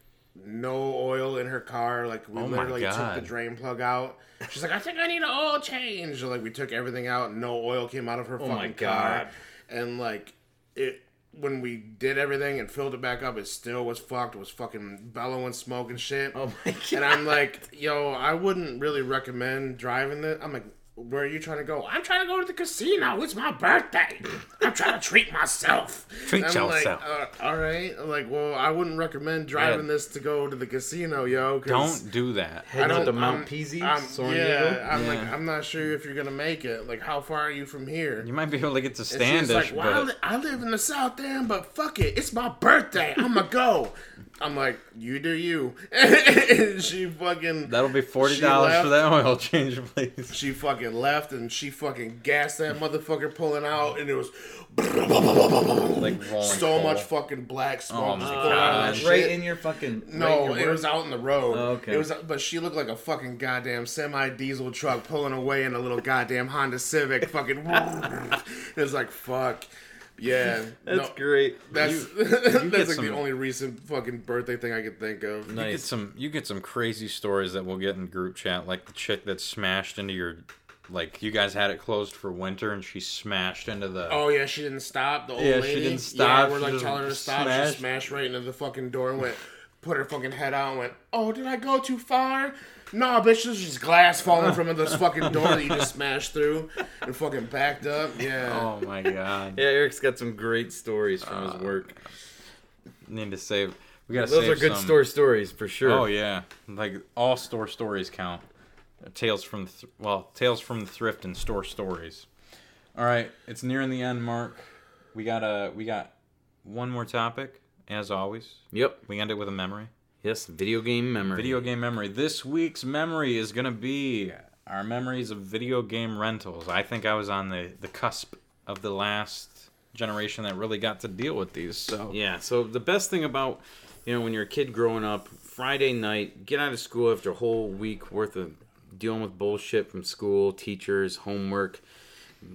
A: No oil in her car. Like we
E: Oh my
A: literally took the
E: God.
A: drain plug out. She's like, I think I need an oil change. So, like we took everything out. No oil came out of
E: Oh
A: her fucking
D: Oh my
A: car.
D: God.
A: And like it, when we did everything and filled it back up, it still was fucked. It was fucking bellowing smoke and shit.
D: (laughs) Oh my (laughs)
A: And
D: god.
A: I'm like, yo, I wouldn't really recommend driving this. I'm like, where are you trying to go? I'm trying to go to the casino. It's my birthday. I'm trying to treat myself.
E: Treat
A: I'm like,
E: yourself.
A: uh, all right. I'm like, well, I wouldn't recommend driving this to go to the casino, yo. 'cause-
E: Don't do that.
D: Heading
A: I
D: up
A: don't-
D: to Mount
A: I'm-
D: Peasy,
A: I'm-
D: Soaring
A: yeah,
D: Eagle.
A: I'm like, I'm not sure if you're gonna make it. Like, how far are you from here?
E: You might be able to get to
A: And she's
E: Standish,
A: like, well, I, li-
E: but
A: I live in the South End, but fuck it, it's my birthday. I'ma go. I'm like, you do you. (laughs) and she fucking
E: that'll be forty
A: She
E: dollars
A: left.
E: for that oil (laughs) change, please.
A: she fucking left and she fucking gassed that motherfucker pulling out and it was
E: Like rolling
A: so
E: coal.
A: much fucking black smoke
E: Oh
A: just
E: my
A: pouring out of
E: God.
A: that
D: Uh, Right
A: shit.
D: in your fucking.
A: No,
D: right in
A: it
D: your
A: was out in the road.
D: Oh, okay.
A: It was, but she looked like a fucking goddamn semi diesel truck pulling away in a little goddamn Honda Civic. Fucking,
E: (laughs)
A: (laughs) it was like fuck. Yeah, no,
D: That's great.
A: (laughs) That's
E: get
A: that's like
E: some-
A: the only recent fucking birthday thing I could think of.
E: You get some you get some crazy stories that we'll get in group chat, like the chick that smashed into your like you guys had it closed for winter and she smashed into the
A: Oh yeah, she didn't stop. The old
E: Yeah, she
A: lady.
E: didn't stop.
A: Yeah, we're
E: She
A: like
E: just
A: telling her to stop.
E: smashed.
A: She smashed right into the fucking door and went, put her fucking head out and went, "Oh, did I go too far?" No, bitch, there's just glass falling from this fucking door that you just smashed through and fucking backed up. Yeah.
E: Oh
D: (laughs)
E: my god.
D: Yeah, Eric's got some great stories from his work.
E: Need to save we gotta
D: Those
E: save
D: are good
E: some.
D: store stories for sure.
E: Oh yeah. Like all store stories count. Tales from the thr well, tales from the thrift and store stories. All right, it's nearing the end, Mark. We got a we got one more topic as always.
D: Yep.
E: We end it with a memory.
D: Yes, video game memory.
E: Video game memory. This week's memory is gonna be our memories of video game rentals. I think I was on the the cusp of the last generation that really got to deal with these.
D: (laughs)
E: So
D: Yeah. So the best thing about you know when you're a kid growing up, Friday night, get out of school after a whole week worth of dealing with bullshit from school, teachers, homework.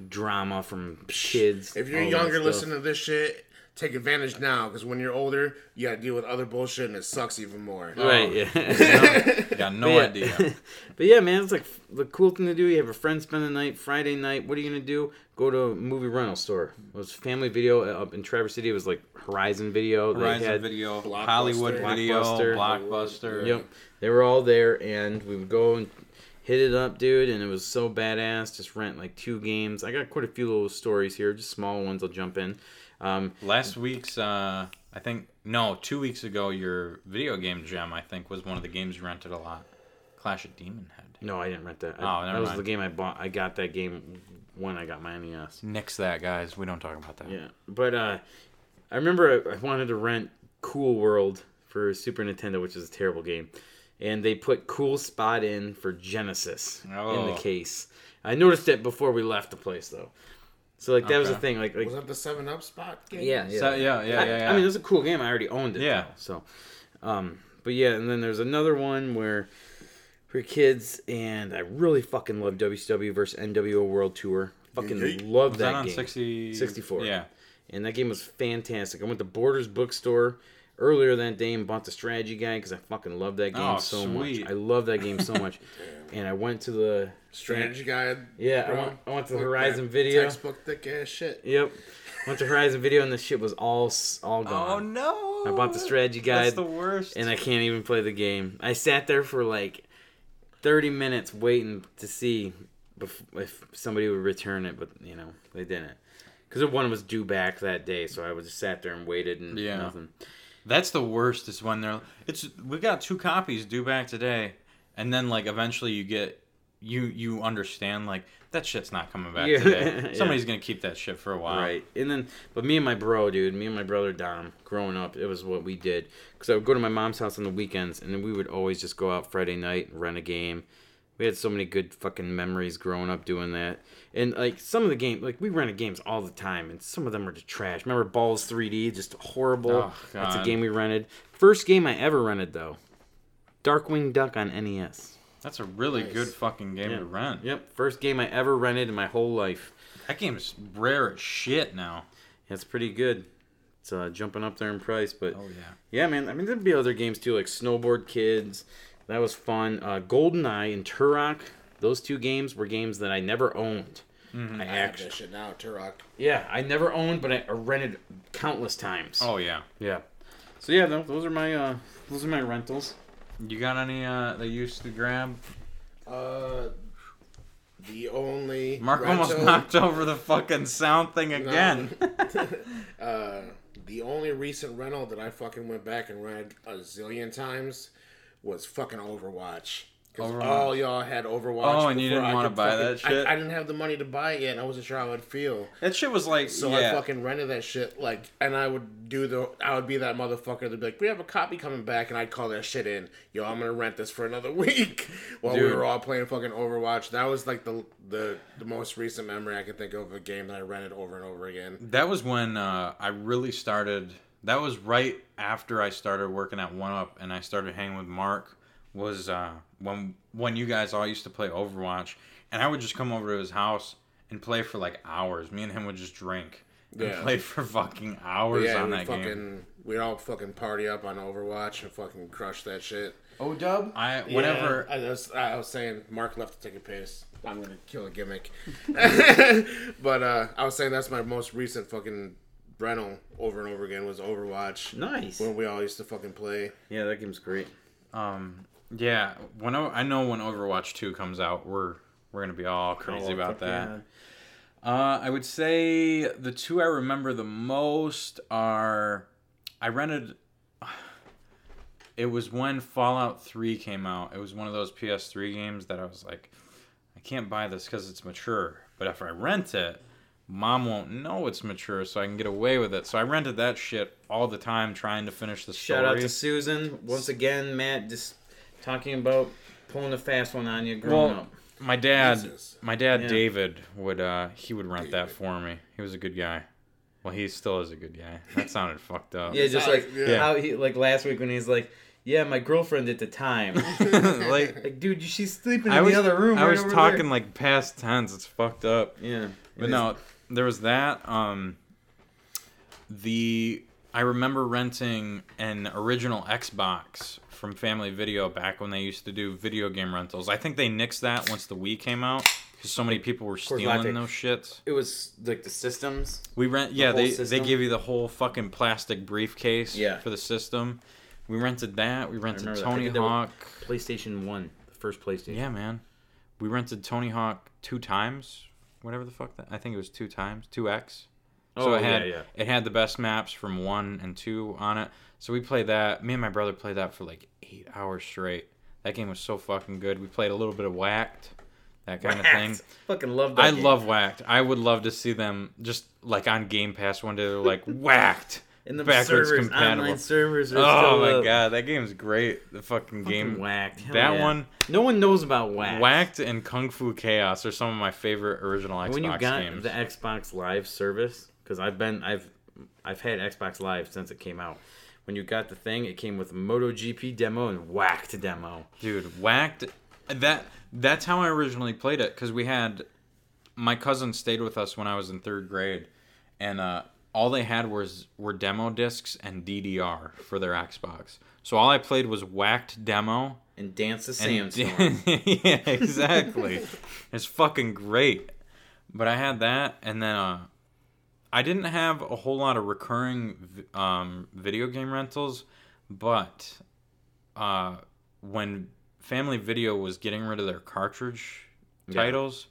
D: drama from kids.
E: Oh,
A: If you're
D: all that
A: younger,
D: stuff.
A: listen to this shit. Take advantage now, because when you're older, you gotta deal with other bullshit, and it sucks even more.
E: Oh,
D: Right,
E: (laughs)
D: yeah.
E: Got no
D: Yeah. (laughs)
E: idea.
D: but yeah, man, it's like f- the cool thing to do. You have a friend spend the night, Friday night. What are you gonna do? Go to a movie rental store. It was Family Video uh, up in Traverse City. It was like Horizon Video. They
E: Horizon
D: had-
E: Video,
A: Blockbuster.
E: Hollywood Video,
D: Blockbuster.
E: Blockbuster.
D: Yep, they were all there, and we would go and hit it up, dude. And it was so badass. Just rent like two games. I got quite a few little stories here, just small ones. I'll jump in. Um,
E: Last week's, uh, I think, no, two weeks ago, your video game gem, I think, was one of the games you rented a lot. Clash of Demon Head.
D: no, I didn't rent that.
E: Oh,
D: I,
E: never
D: that was
E: mind.
D: the game I bought. I got that game when I got my NES.
E: Nix that, guys. We don't talk about that.
D: Yeah, but uh, I remember I- I wanted to rent Cool World for Super Nintendo, which is a terrible game, and they put Cool Spot in for Genesis in
E: Oh.
D: the case. I noticed it before we left the place though, so like that was the
E: Okay.
D: thing. Like, like
A: Was that the Seven Up spot? Game?
D: yeah, yeah,
E: So, yeah, yeah,
D: I,
E: yeah, yeah.
D: I mean, it was a cool game. I already owned it.
E: Yeah.
D: Yeah. so, um, but yeah, and then there's another one where for kids, and I really fucking love WCW versus NWO World Tour. Fucking love
E: was that,
D: that,
E: on
D: game.
E: 60...
D: 64.
E: Yeah.
D: And that game was fantastic. I went to Borders Bookstore earlier that day and bought the strategy guide because I fucking love that game
E: Oh,
D: so
E: sweet.
D: much. I love that game so much. and I went to the
A: Strategy guide.
D: Yeah, I
A: bro.
D: went, I went to
A: Look,
D: Horizon
A: that
D: Video.
A: Textbook thick ass shit.
D: Yep. Went to Horizon Video and the shit was all s- all
E: Oh,
D: gone.
E: no.
D: I bought the strategy
E: That's
D: guide
E: the worst.
D: and I can't even play the game. I sat there for like 30 minutes waiting to see bef- if somebody would return it, but you know, they didn't. Because the one was due back that day, so I was just sat there and waited and
E: Yeah.
D: nothing.
E: That's the worst. Is when they're it's we got two copies due back today, and then like eventually you get you you understand like that shit's not coming back
D: Yeah.
E: today.
D: (laughs) Yeah.
E: Somebody's gonna keep that shit for a while.
D: Right. And then, but me and my bro, dude, me and my brother Dom, growing up, it was what we did. Because I would go to my mom's house on the weekends, and then we would always just go out Friday night and rent a game. We had so many good fucking memories growing up doing that. And like some of the game, like we rented games all the time, and some of them were just trash. Remember Balls 3D, just horrible.
E: Oh,
D: That's a
E: God.
D: game we rented. First game I ever rented, though Darkwing Duck on E NES.
E: That's a really good fucking game to rent.
D: Yep, first game I ever rented in my whole life.
E: That game's rare as shit now.
D: That's pretty good. It's uh, jumping up there in price, but
E: Oh yeah.
D: Yeah, man. I mean, there'd be other games too, like Snowboard Kids. That was fun. Uh, GoldenEye and Turok. Those two games were games that I never owned. I
A: I have
D: actually,
A: that shit now, Turok.
D: yeah, I never owned, but I rented countless times.
E: Oh yeah.
D: yeah. So yeah, tho- those are my uh, those are my rentals.
E: You got any uh that you used to grab?
A: Uh, the only
E: Mark almost
A: rental-
E: knocked over the fucking sound
A: (laughs)
E: thing again.
A: Uh, the only recent rental that I fucking went back and rented a zillion times was fucking Overwatch. 'Cause
E: Overwatch.
A: all y'all had Overwatch.
E: Oh, and you
A: before
E: didn't
A: I
E: wanna
A: could
E: buy
A: fucking-
E: that shit?
A: I, I didn't have the money to buy it yet. And I wasn't sure how I'd feel,
E: that shit was like
A: so
E: yeah.
A: I fucking rented that shit. Like, and I would do the. I would be that motherfucker that'd be like, "We have a copy coming back," and I'd call that shit in. Yo, I'm gonna rent this for another (laughs) week while we
D: Dude.
A: were all playing fucking Overwatch. That was like the the the most recent memory I can think of of a game that I rented over and over again.
E: That was when uh, I really started. That was right after I started working at One Up, and I started hanging with Mark. Was uh, when when you guys all used to play Overwatch, and I would just come over to his house and play for like hours. Me and him would just drink and
A: Yeah.
E: play for fucking hours
A: yeah,
E: on
A: we
E: that
A: fucking,
E: game.
A: We'd all fucking party up on Overwatch and fucking crush that shit.
D: O Dub.
E: I whenever
A: Yeah, I, was, I was saying, Mark left to take a piss. I'm gonna kill a
D: (laughs)
A: gimmick. but uh, I was saying that's my most recent fucking rental over and over again was Overwatch.
D: Nice.
A: When we all used to fucking play.
D: Yeah, that game's great.
E: Um, yeah, when o- I know when Overwatch Two comes out, we're we're gonna be all
D: Oh,
E: crazy about that. Uh, I would say the two I remember the most are I rented. (sighs) It was when Fallout Three came out. It was one of those PS3 games that I was like, I can't buy this because it's mature. But if I rent it, mom won't know it's mature, so I can get away with it. So I rented that shit all the time, trying to finish the story.
D: Shout out to Susan once again, Matt. Just talking about pulling a fast one on you growing
E: Well,
D: up.
E: my dad,
A: Jesus.
E: my dad
D: Yeah.
E: David would uh he would rent that for me. He was a good guy. Well, he still is a good guy. That sounded fucked up.
D: Yeah, just
A: not
D: like
A: like- yeah.
D: how he like last week when he's like, yeah, my girlfriend at the
E: (laughs)
D: time.
E: (laughs) like
D: like, dude, she's sleeping in
E: I was
D: the other room.
E: I
D: right
E: was
D: over
E: talking like past tense. It's fucked up.
D: there. Yeah.
E: But no, there was that. Um, the I remember renting an original Xbox from Family Video back when they used to do video game rentals. I think they nixed that once the Wii came out because so many people were
D: course,
E: stealing
D: latte.
E: those shits.
D: It was like the systems.
E: We rent, yeah.
D: whole
E: They
D: system?
E: they give you the whole fucking plastic briefcase
D: Yeah.
E: for the system. We rented that. We rented
D: remember that. I
E: Tony
D: think they were-
E: Hawk.
D: PlayStation One, the first PlayStation.
E: Yeah, man. We rented Tony Hawk two times. Whatever the fuck that I think it was two times, two X. So
D: Oh,
E: it had
D: yeah, yeah.
E: it had the best maps from one and two on it. So we played that. Me and my brother played that for like eight hours straight. That game was so fucking good. We played a little bit of Whacked, that kind of thing.
D: Fucking love that.
E: I
D: game.
E: love Whacked. I would love to see them just like on Game Pass one day.
D: (laughs)
E: They're like Whacked,
D: and the backwards servers, Online servers. Are
E: Oh
D: still
E: my
D: up.
E: god, that game's great. The
D: Fucking
E: fucking, game
D: whacked. Hell
E: That
D: yeah.
E: one-
D: No one knows about whacked.
E: Whacked and Kung Fu Chaos are some of my favorite original Xbox
D: When you got
E: games.
D: the Xbox Live service, because I've been I've I've had Xbox Live since it came out. When you got the thing, it came with MotoGP demo and whacked demo.
E: Dude, whacked that that's how I originally played it cuz we had my cousin stayed with us when I was in 3rd grade and uh all they had was were demo discs and DDR for their Xbox. So all I played was whacked demo.
D: And dance the
E: and-
D: sandstorm.
E: yeah, exactly. it's fucking great. But I had that and then uh I didn't have a whole lot of recurring v- um, video game rentals, but uh, when Family Video was getting rid of their cartridge titles,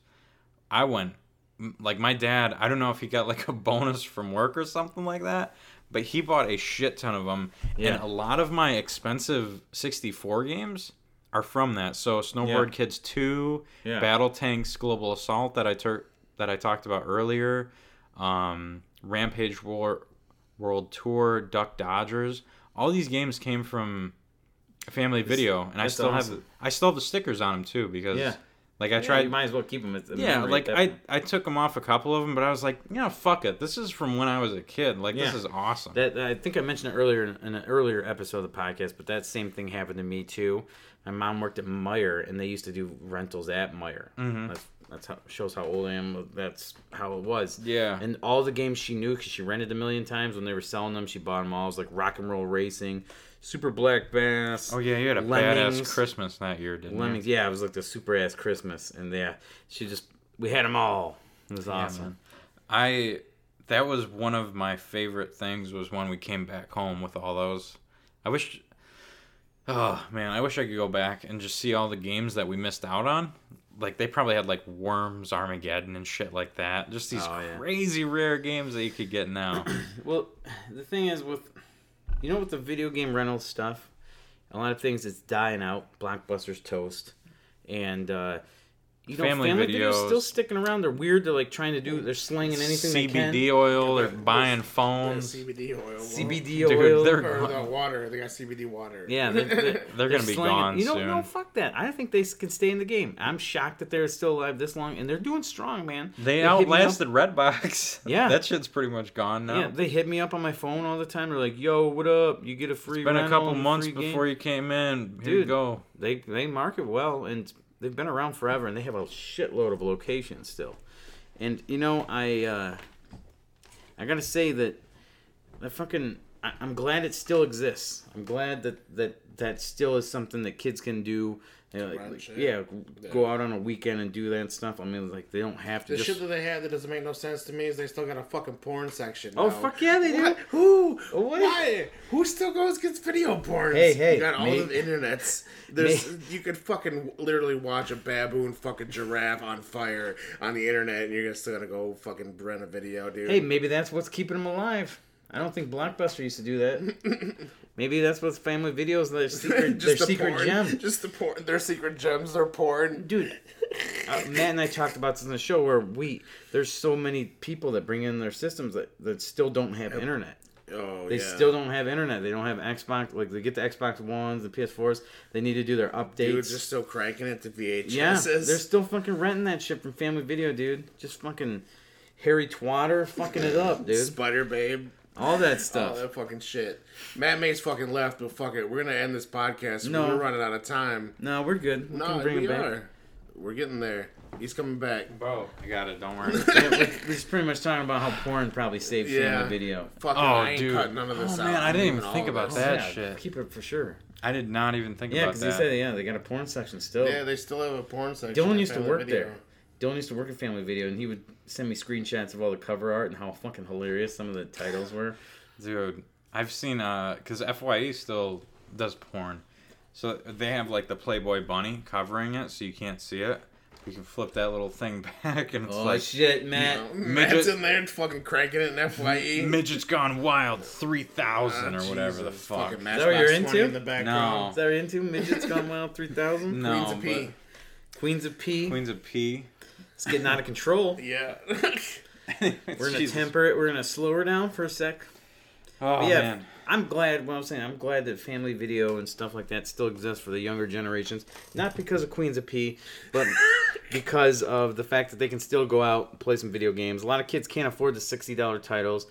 E: I went m- like my dad. I don't know if he got like a (laughs) bonus from work or something like that, but he bought a shit ton of them,
D: Yeah.
E: and a lot of my expensive '64 games are from that. So Snowboard
D: Yeah.
E: Kids Two,
D: Yeah.
E: Battle Tanks Global Assault that I tur- that I talked about earlier, um, Rampage War World Tour, Duck Dodgers. All these games came from Family Video, and I
D: that's
E: still have
D: awesome.
E: I still have the stickers on them too because
D: Yeah.
E: like (laughs) I
D: Try,
E: tried
D: you might as well keep them. At the
E: yeah
D: memory
E: like
D: at that
E: I
D: point.
E: I took them off a couple of them, but I was like yeah fuck it this is from when I was a kid like this
D: Yeah.
E: is awesome
D: That that- I think I mentioned it earlier in in an earlier episode of the podcast, but that same thing happened to me too. My mom worked at Meyer, and they used to do rentals at Meyer.
E: Mm-hmm.
D: That's, that's how shows how old I am. That's how it was.
E: Yeah.
D: And all the games she knew, because she rented a million times when they were selling them, she bought them all. It was like Rock and Roll Racing, Super Black Bass.
E: oh yeah you had a
D: Lemmings.
E: badass Christmas that year didn't
D: Lemmings. Yeah, it was like the super ass Christmas, and yeah, she just we had them all. It was awesome.
E: you I that was one of my favorite things was when we came back home with all those I wish oh man I wish I could go back and just see all the games that we missed out on like they probably had like Worms Armageddon and shit like that just these
D: Oh, yeah.
E: crazy rare games that you could get now
D: Well, (sighs) the thing is with you know with the video game rental stuff, a lot of things it's dying out. Blockbuster's toast, and uh, you know
E: Family
D: family, videos
E: videos.
D: still sticking around. They're weird. They're like trying to do. They're slinging (clears throat) anything they can.
E: CBD oil or buying phones.
A: CBD oil.
D: CBD
E: Dude,
D: oil.
E: (laughs) they're
A: Or the
E: gone.
A: water. They got CBD water.
D: (laughs) yeah, they're, they're,
E: They're gonna be
D: slinging-
E: gone
D: You know,
E: soon.
D: no, fuck that. I think they s- can stay in the game. I'm shocked that they're still alive this long, and they're doing strong, man.
E: They
D: hit me up-
E: outlasted Redbox.
D: Yeah.
E: (laughs) that shit's pretty much gone now.
D: Yeah, they hit me up on my phone all the time. They're like, "Yo, what up? You get a free."
E: Been a
D: rental
E: couple
D: and
E: months
D: free game."
E: before you came in. Here you
D: Dude.
E: go.
D: they they market well and they've been around forever and they have a shitload of locations still and you know i uh i gotta say that that fucking I, i'm glad it still exists i'm glad that that that still is something that kids can do You know, like-
A: Right,
D: like,
A: shit.
D: yeah, go out on a weekend and do that stuff i mean like they don't have to
A: The
D: just
A: shit that they had that doesn't make no sense to me is they still got a fucking porn section.
D: Oh,
A: now.
D: fuck yeah, they do.
A: What? Who?
D: What?
A: Why? Who still goes gets video porn?
D: Hey, hey,
A: You got all
D: me-
A: of the internets. There's you could fucking literally watch a baboon fucking giraffe on fire on the internet, and you're gonna still gonna go fucking rent a video, dude. (laughs)
D: Hey, maybe that's what's keeping them alive. I don't think Blockbuster used to do that.
A: (laughs)
D: maybe that's what's Family Videos their secret their secret
A: porn. (laughs)
D: gem.
A: Just the porn. Their secret gems. Their porn.
D: dude uh, matt and i talked about this in the show where we there's so many people that bring in their systems that, that still don't have internet
A: Oh,
D: they
A: yeah.
D: still don't have internet they don't have xbox like they get the xbox ones the ps4s they need to do their updates
A: Dude, just still cranking it to VHS.
D: yeah they're still fucking renting that shit from family video dude just fucking harry twatter fucking it up dude
A: Spider Babe.
D: all that stuff.
A: All that fucking shit. Matt Mays fucking left, but fuck it. We're gonna end this podcast.
D: No.
A: We're running out of time.
D: No, we're good. We
A: No,
D: can bring
A: we
D: him back.
A: are. We're getting there. He's coming
E: (laughs)
A: back.
E: Bro, I got it.
D: (laughs)
E: Don't worry.
D: Yeah, we're, we're just pretty much talking about how porn probably saved
A: Yeah.
D: family video.
A: Fucking,
E: Oh,
A: I ain't
E: dude.
A: cut none of this
E: Oh,
A: out.
E: man, I
A: I'm
E: didn't even
A: leaving
E: think
A: all of
E: about
A: this.
E: that
D: yeah,
E: shit.
D: Keep it for sure.
E: I did not even think
D: Yeah,
E: about
D: because
E: that.
D: he said yeah they got a porn section still.
A: Yeah, they still have a porn section.
D: Dylan
A: at
D: used to
A: Family
D: work
A: Video.
D: there. Dylan used to work at Family Video, and he would send me screenshots of all the cover art and how fucking hilarious some of the titles were.
E: (laughs) Dude, I've seen uh, because Fye still does porn, so they have like the Playboy bunny covering it, so you can't see it. You can flip that little thing (laughs) back, and it's
D: Oh
E: like
D: shit, Matt!
A: Oh,
E: Midget-
A: Matt's in there and fucking cranking it in E. FYE.
E: midget's gone wild, three thousand
D: Ah,
E: or whatever the
A: Ah, Jesus,
E: fuck.
A: fucking
D: that what you're
A: Matchbox
D: into?
A: 20 In the background.
D: (laughs)
E: No.
D: Is that what you're into? Midgets Gone Wild 3000?
E: (laughs) No,
A: Queens of P.
D: but- Queens of P.
E: Queens of P.
D: It's getting out
A: (laughs)
D: of control.
A: Yeah.
D: (laughs) We're
E: (laughs)
D: gonna temper it. We're gonna slow her down for a sec.
E: Oh
D: But yeah,
E: man,
D: I'm glad. What I'm saying, I'm glad that family video and stuff like that still exists for the younger generations. Not because of Queens of P,
E: (laughs)
D: but because of the fact that they can still go out and play some video games. A lot of kids can't afford the sixty dollar titles.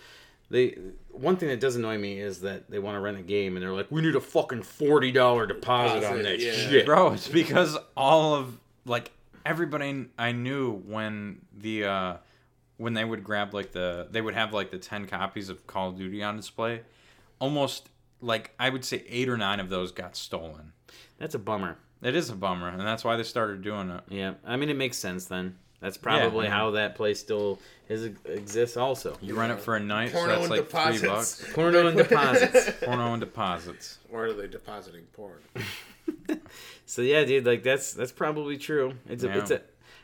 D: They one thing that does annoy me is that they want to rent a game and they're like, "We need a fucking forty dollar deposit on
A: Deposit,
D: that
A: yeah.
D: shit."
E: bro, it's because all of like everybody I knew when the uh when they would grab like the they would have like the 10 copies of Call of Duty on display, almost like I would say 8 or 9 of those got stolen.
D: That's a bummer.
E: It is a bummer, and that's why they started doing it.
D: Yeah, I mean it makes sense then. That's probably
E: yeah.
D: how that place still is exists.
E: (laughs)
D: Also,
E: You rent it for a night, so
A: Porno
E: that's
A: and
E: like 3
A: deposits.
E: bucks.
D: porno and deposits.
E: Porno and deposits.
A: Or are they depositing porn?
D: So yeah, dude, like that's that's probably true. It's a, it's
E: Yeah.
D: a.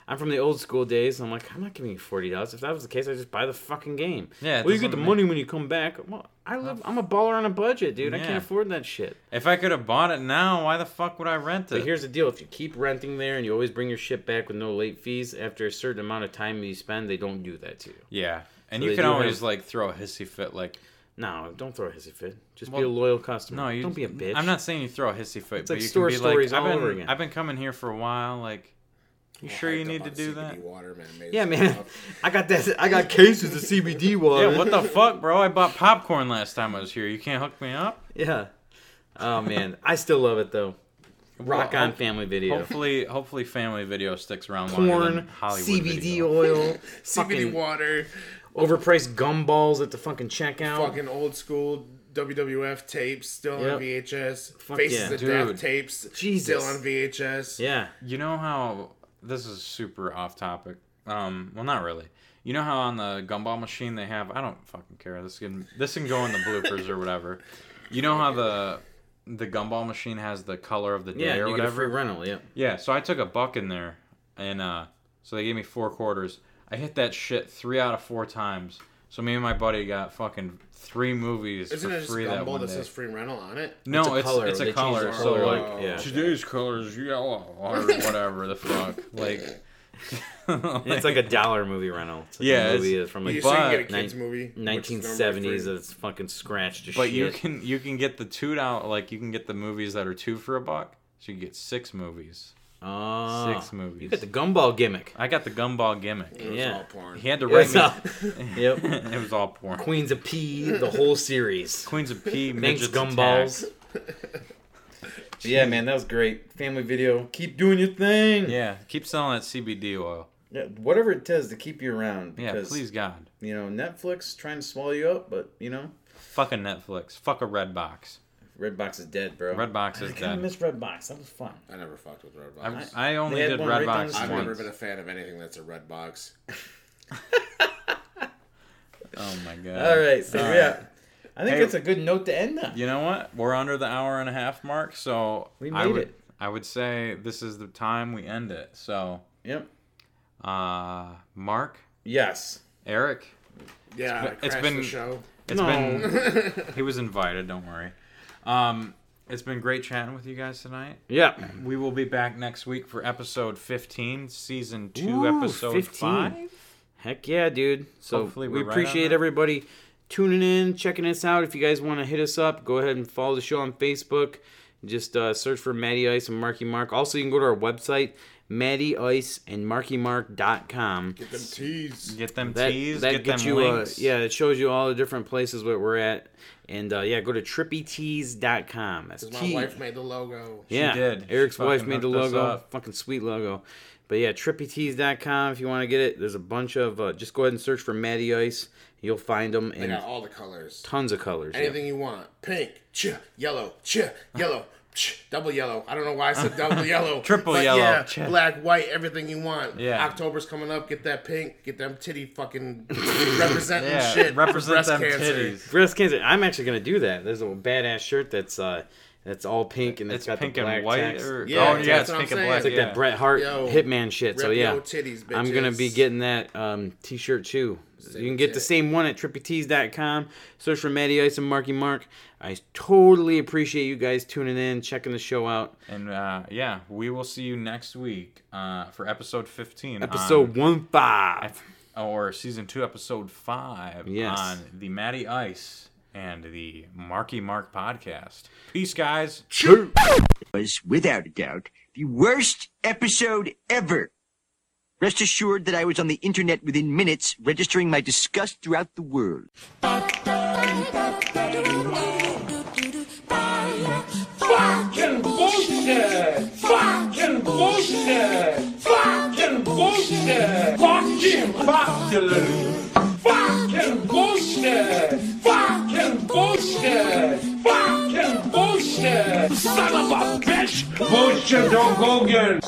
D: I'm from the old school days. And I'm like, I'm not giving you forty dollars. If that was the case, I just buy the fucking game.
E: Yeah, it
D: Well, you get
E: doesn't
D: the
E: make-
D: money when you come back. Well, I live. I'm a baller on a budget, dude. I
E: Yeah.
D: can't afford that shit.
E: If I could have bought it now, why the fuck would I rent it?
D: But here's the deal: if you keep renting there and you always bring your shit back with no late fees, after a certain amount of time you spend, they don't do that to you.
E: yeah. And
D: So
E: you
D: they
E: can
D: do have-
E: always like throw a hissy fit like
D: No, don't throw a hissy fit. Just be
E: Well,
D: a loyal customer.
E: No, you
D: don't be a bitch.
E: I'm not saying you throw a hissy fit, but
D: like
E: you
D: store
E: can be
D: stories
E: like,
D: all
E: I've been,
D: over again.
E: I've been coming here for a while. Like, you sure you
A: Hyped up
E: need to
A: on
E: do
A: CBD
E: that?
A: Water, man. Made
D: Yeah,
A: some (laughs)
D: man. (laughs)
A: up.
D: I got that. I got cases of CBD water.
E: Yeah, what the (laughs) fuck, bro? I bought popcorn last time I was here. You can't hook me up.
D: Yeah. Oh man, I still love it though. Rock
E: Well,
D: on
E: hope-
D: family video.
E: Hopefully, hopefully, family video sticks around longer
D: Porn,
E: than Hollywood
D: CBD
E: video.
A: (laughs)
D: oil,
A: CBD
D: fucking
A: water,
D: overpriced gumballs at the fucking checkout.
A: fucking old school WWF tapes still
D: Yep.
A: on VHS.
D: Fuck
A: Faces
D: yeah.
A: of
E: Dude.
A: Death tapes
D: Jesus.
A: still on VHS.
D: Yeah.
E: You know how this is super off topic. Um, well, not really. You know how on the gumball machine they have I don't fucking care. This can this can go in the bloopers or whatever. You know how the the gumball machine has the color of the day
D: Yeah,
E: or
D: you get a
E: whatever.
D: free rental. Yeah.
E: Yeah, so I took a buck in there, and uh, so they gave me four quarters. I hit that shit three out of four times. So me and my buddy got fucking three movies
A: Isn't
E: for
A: it just
E: free that
A: Gumball
E: one
A: that
E: day.
A: says free rental on it?
E: no, it's it's
D: They
E: a
D: changed
E: color.
D: the
E: so like
D: like, yeah.
E: today's color is yellow or whatever the fuck. Like,
D: And (laughs) (laughs)
E: (laughs)
D: it's like a dollar movie rental. It's like
E: Yeah,
D: a
E: it's-
D: movie that's from
A: You
D: like
A: so you can get a
D: but-
A: kids movie. which is normally
D: 1970s
A: free.
D: that's fucking scratched to
E: but
D: shit.
E: you can you can get the two dollar like you can get the movies that are two for a buck. So you get six movies.
D: oh,
E: six movies.
D: You got the gumball gimmick.
E: I got the gumball gimmick.
A: It's
D: yeah.
A: all porn.
E: He had to
D: (laughs)
E: write
D: What's
E: me.
D: up? yep.
E: (laughs) it was all porn.
D: Queens of P, the whole series.
E: Queens of P,
D: Thanks,
E: midgets
D: gumballs.
E: attack.
D: (laughs) yeah, man, that was great. Family video. Keep doing your thing.
E: Yeah, keep selling that CBD oil.
D: Yeah, whatever it does to keep you around.
E: Yeah,
D: Because,
E: please God.
D: You know, Netflix trying to swallow you up, but you know,
E: Fucking Netflix. Fuck a red box.
D: Redbox is dead, bro.
E: Redbox is
D: I kind
E: dead.
D: of miss Redbox. That was fun.
A: I never fucked with Redbox.
E: I,
A: I've,
E: I only
D: They had
E: did
D: one
E: red
D: right down
E: box
D: the street.
A: never
E: once.
A: been a fan of anything that's a Redbox.
E: Oh my god.
D: All right, so
E: All right.
D: yeah, I think
E: Hey-
D: that's a good note to end on.
E: You know what? We're under the hour and a half mark, so
D: We
E: I
D: made
E: would
D: it.
E: I would say this is the time we end it. So,
D: Yep.
E: uh, Mark,
D: Yes.
E: Eric,
A: Yeah,
E: been-
A: it's
E: it's
A: been,
E: been-
A: the show. (laughs)
E: it's
D: No.
E: been (laughs) he was invited. Don't worry. Um, it's been great chatting with you guys tonight.
D: Yeah.
E: We will be back next week for episode 15, season 2,
D: Ooh,
E: episode
D: 15.
E: 5.
D: Heck yeah, dude. So
E: Hopefully
D: we
E: we're right on
D: appreciate
E: that.
D: everybody tuning in, checking us out. If you guys want to hit us up, go ahead and follow the show on Facebook. Just uh, search for Matty Ice and Marky Mark. Also, you can go to our website, MattyIceandMarkyMark.com.
A: Get them tees.
E: Get them
D: That,
E: tees.
D: that
E: get them
D: gets you, uh,
E: links.
D: yeah, it shows you all the different places where we're at. And uh, yeah, go to trippytees.com. That's
A: My
D: T-
A: wife made the logo.
D: yeah,
E: did. She
D: Eric's wife
E: fucking
D: made the
E: hooked us
D: logo.
E: up.
D: Fucking sweet logo. But yeah, trippytees.com if you want to get it. There's a bunch of, uh, just go ahead and search for Matty Ice. You'll find them
A: They
D: and
A: got all the colors.
D: tons of colors. yeah.
A: Anything you want. Pink, ch, yellow, ch, yellow, ch, double yellow. I don't know why I said double yellow.
E: (laughs) Triple
A: but
E: yellow,
A: Yeah,
E: ch.
A: black, white, everything you want.
E: Yeah.
A: October's coming up. Get that pink. Get them titty
E: (laughs)
A: fucking representing
E: Yeah,
A: shit. for
E: represent
A: breast
E: them
A: cancer.
E: titties.
D: breast cancer. I'm actually gonna do that. There's a badass shirt that's uh that's all pink and
E: It's
D: got
E: pink
D: the black
E: and white.
D: text.
E: Or,
A: Yeah,
E: oh,
A: that's
E: yeah, it's
A: what I'm
E: pink and
A: saying.
E: black.
A: It's
D: like
E: yeah.
D: that Bret Hart
A: Yo,
D: hitman shit. So
A: rep
D: yeah,
A: yo titties,
D: I'm gonna be
A: bitches.
D: getting that um, t-shirt too. you can get the
A: tit.
D: same one at trippytees.com. Search for Matty Ice and Marky Mark. I totally appreciate you guys tuning in, checking the show out.
E: And uh, yeah, we will see you next week uh, for episode 15.
D: Episode
E: on-
D: one five.
E: or season 2, episode 5
D: Yes.
E: on the Matty Ice and the Marky Mark podcast. Peace, guys.
F: was, without a doubt, the worst episode ever. Rest assured that I was on the internet within minutes, registering my disgust throughout the world.
G: Fucking bullshit! Fucking bullshit! Fucking bullshit! Fucking bullshit! Fucking bullshit! Fucking bullshit! Fucking bullshit! Son of a bitch! Bullshit don't go again!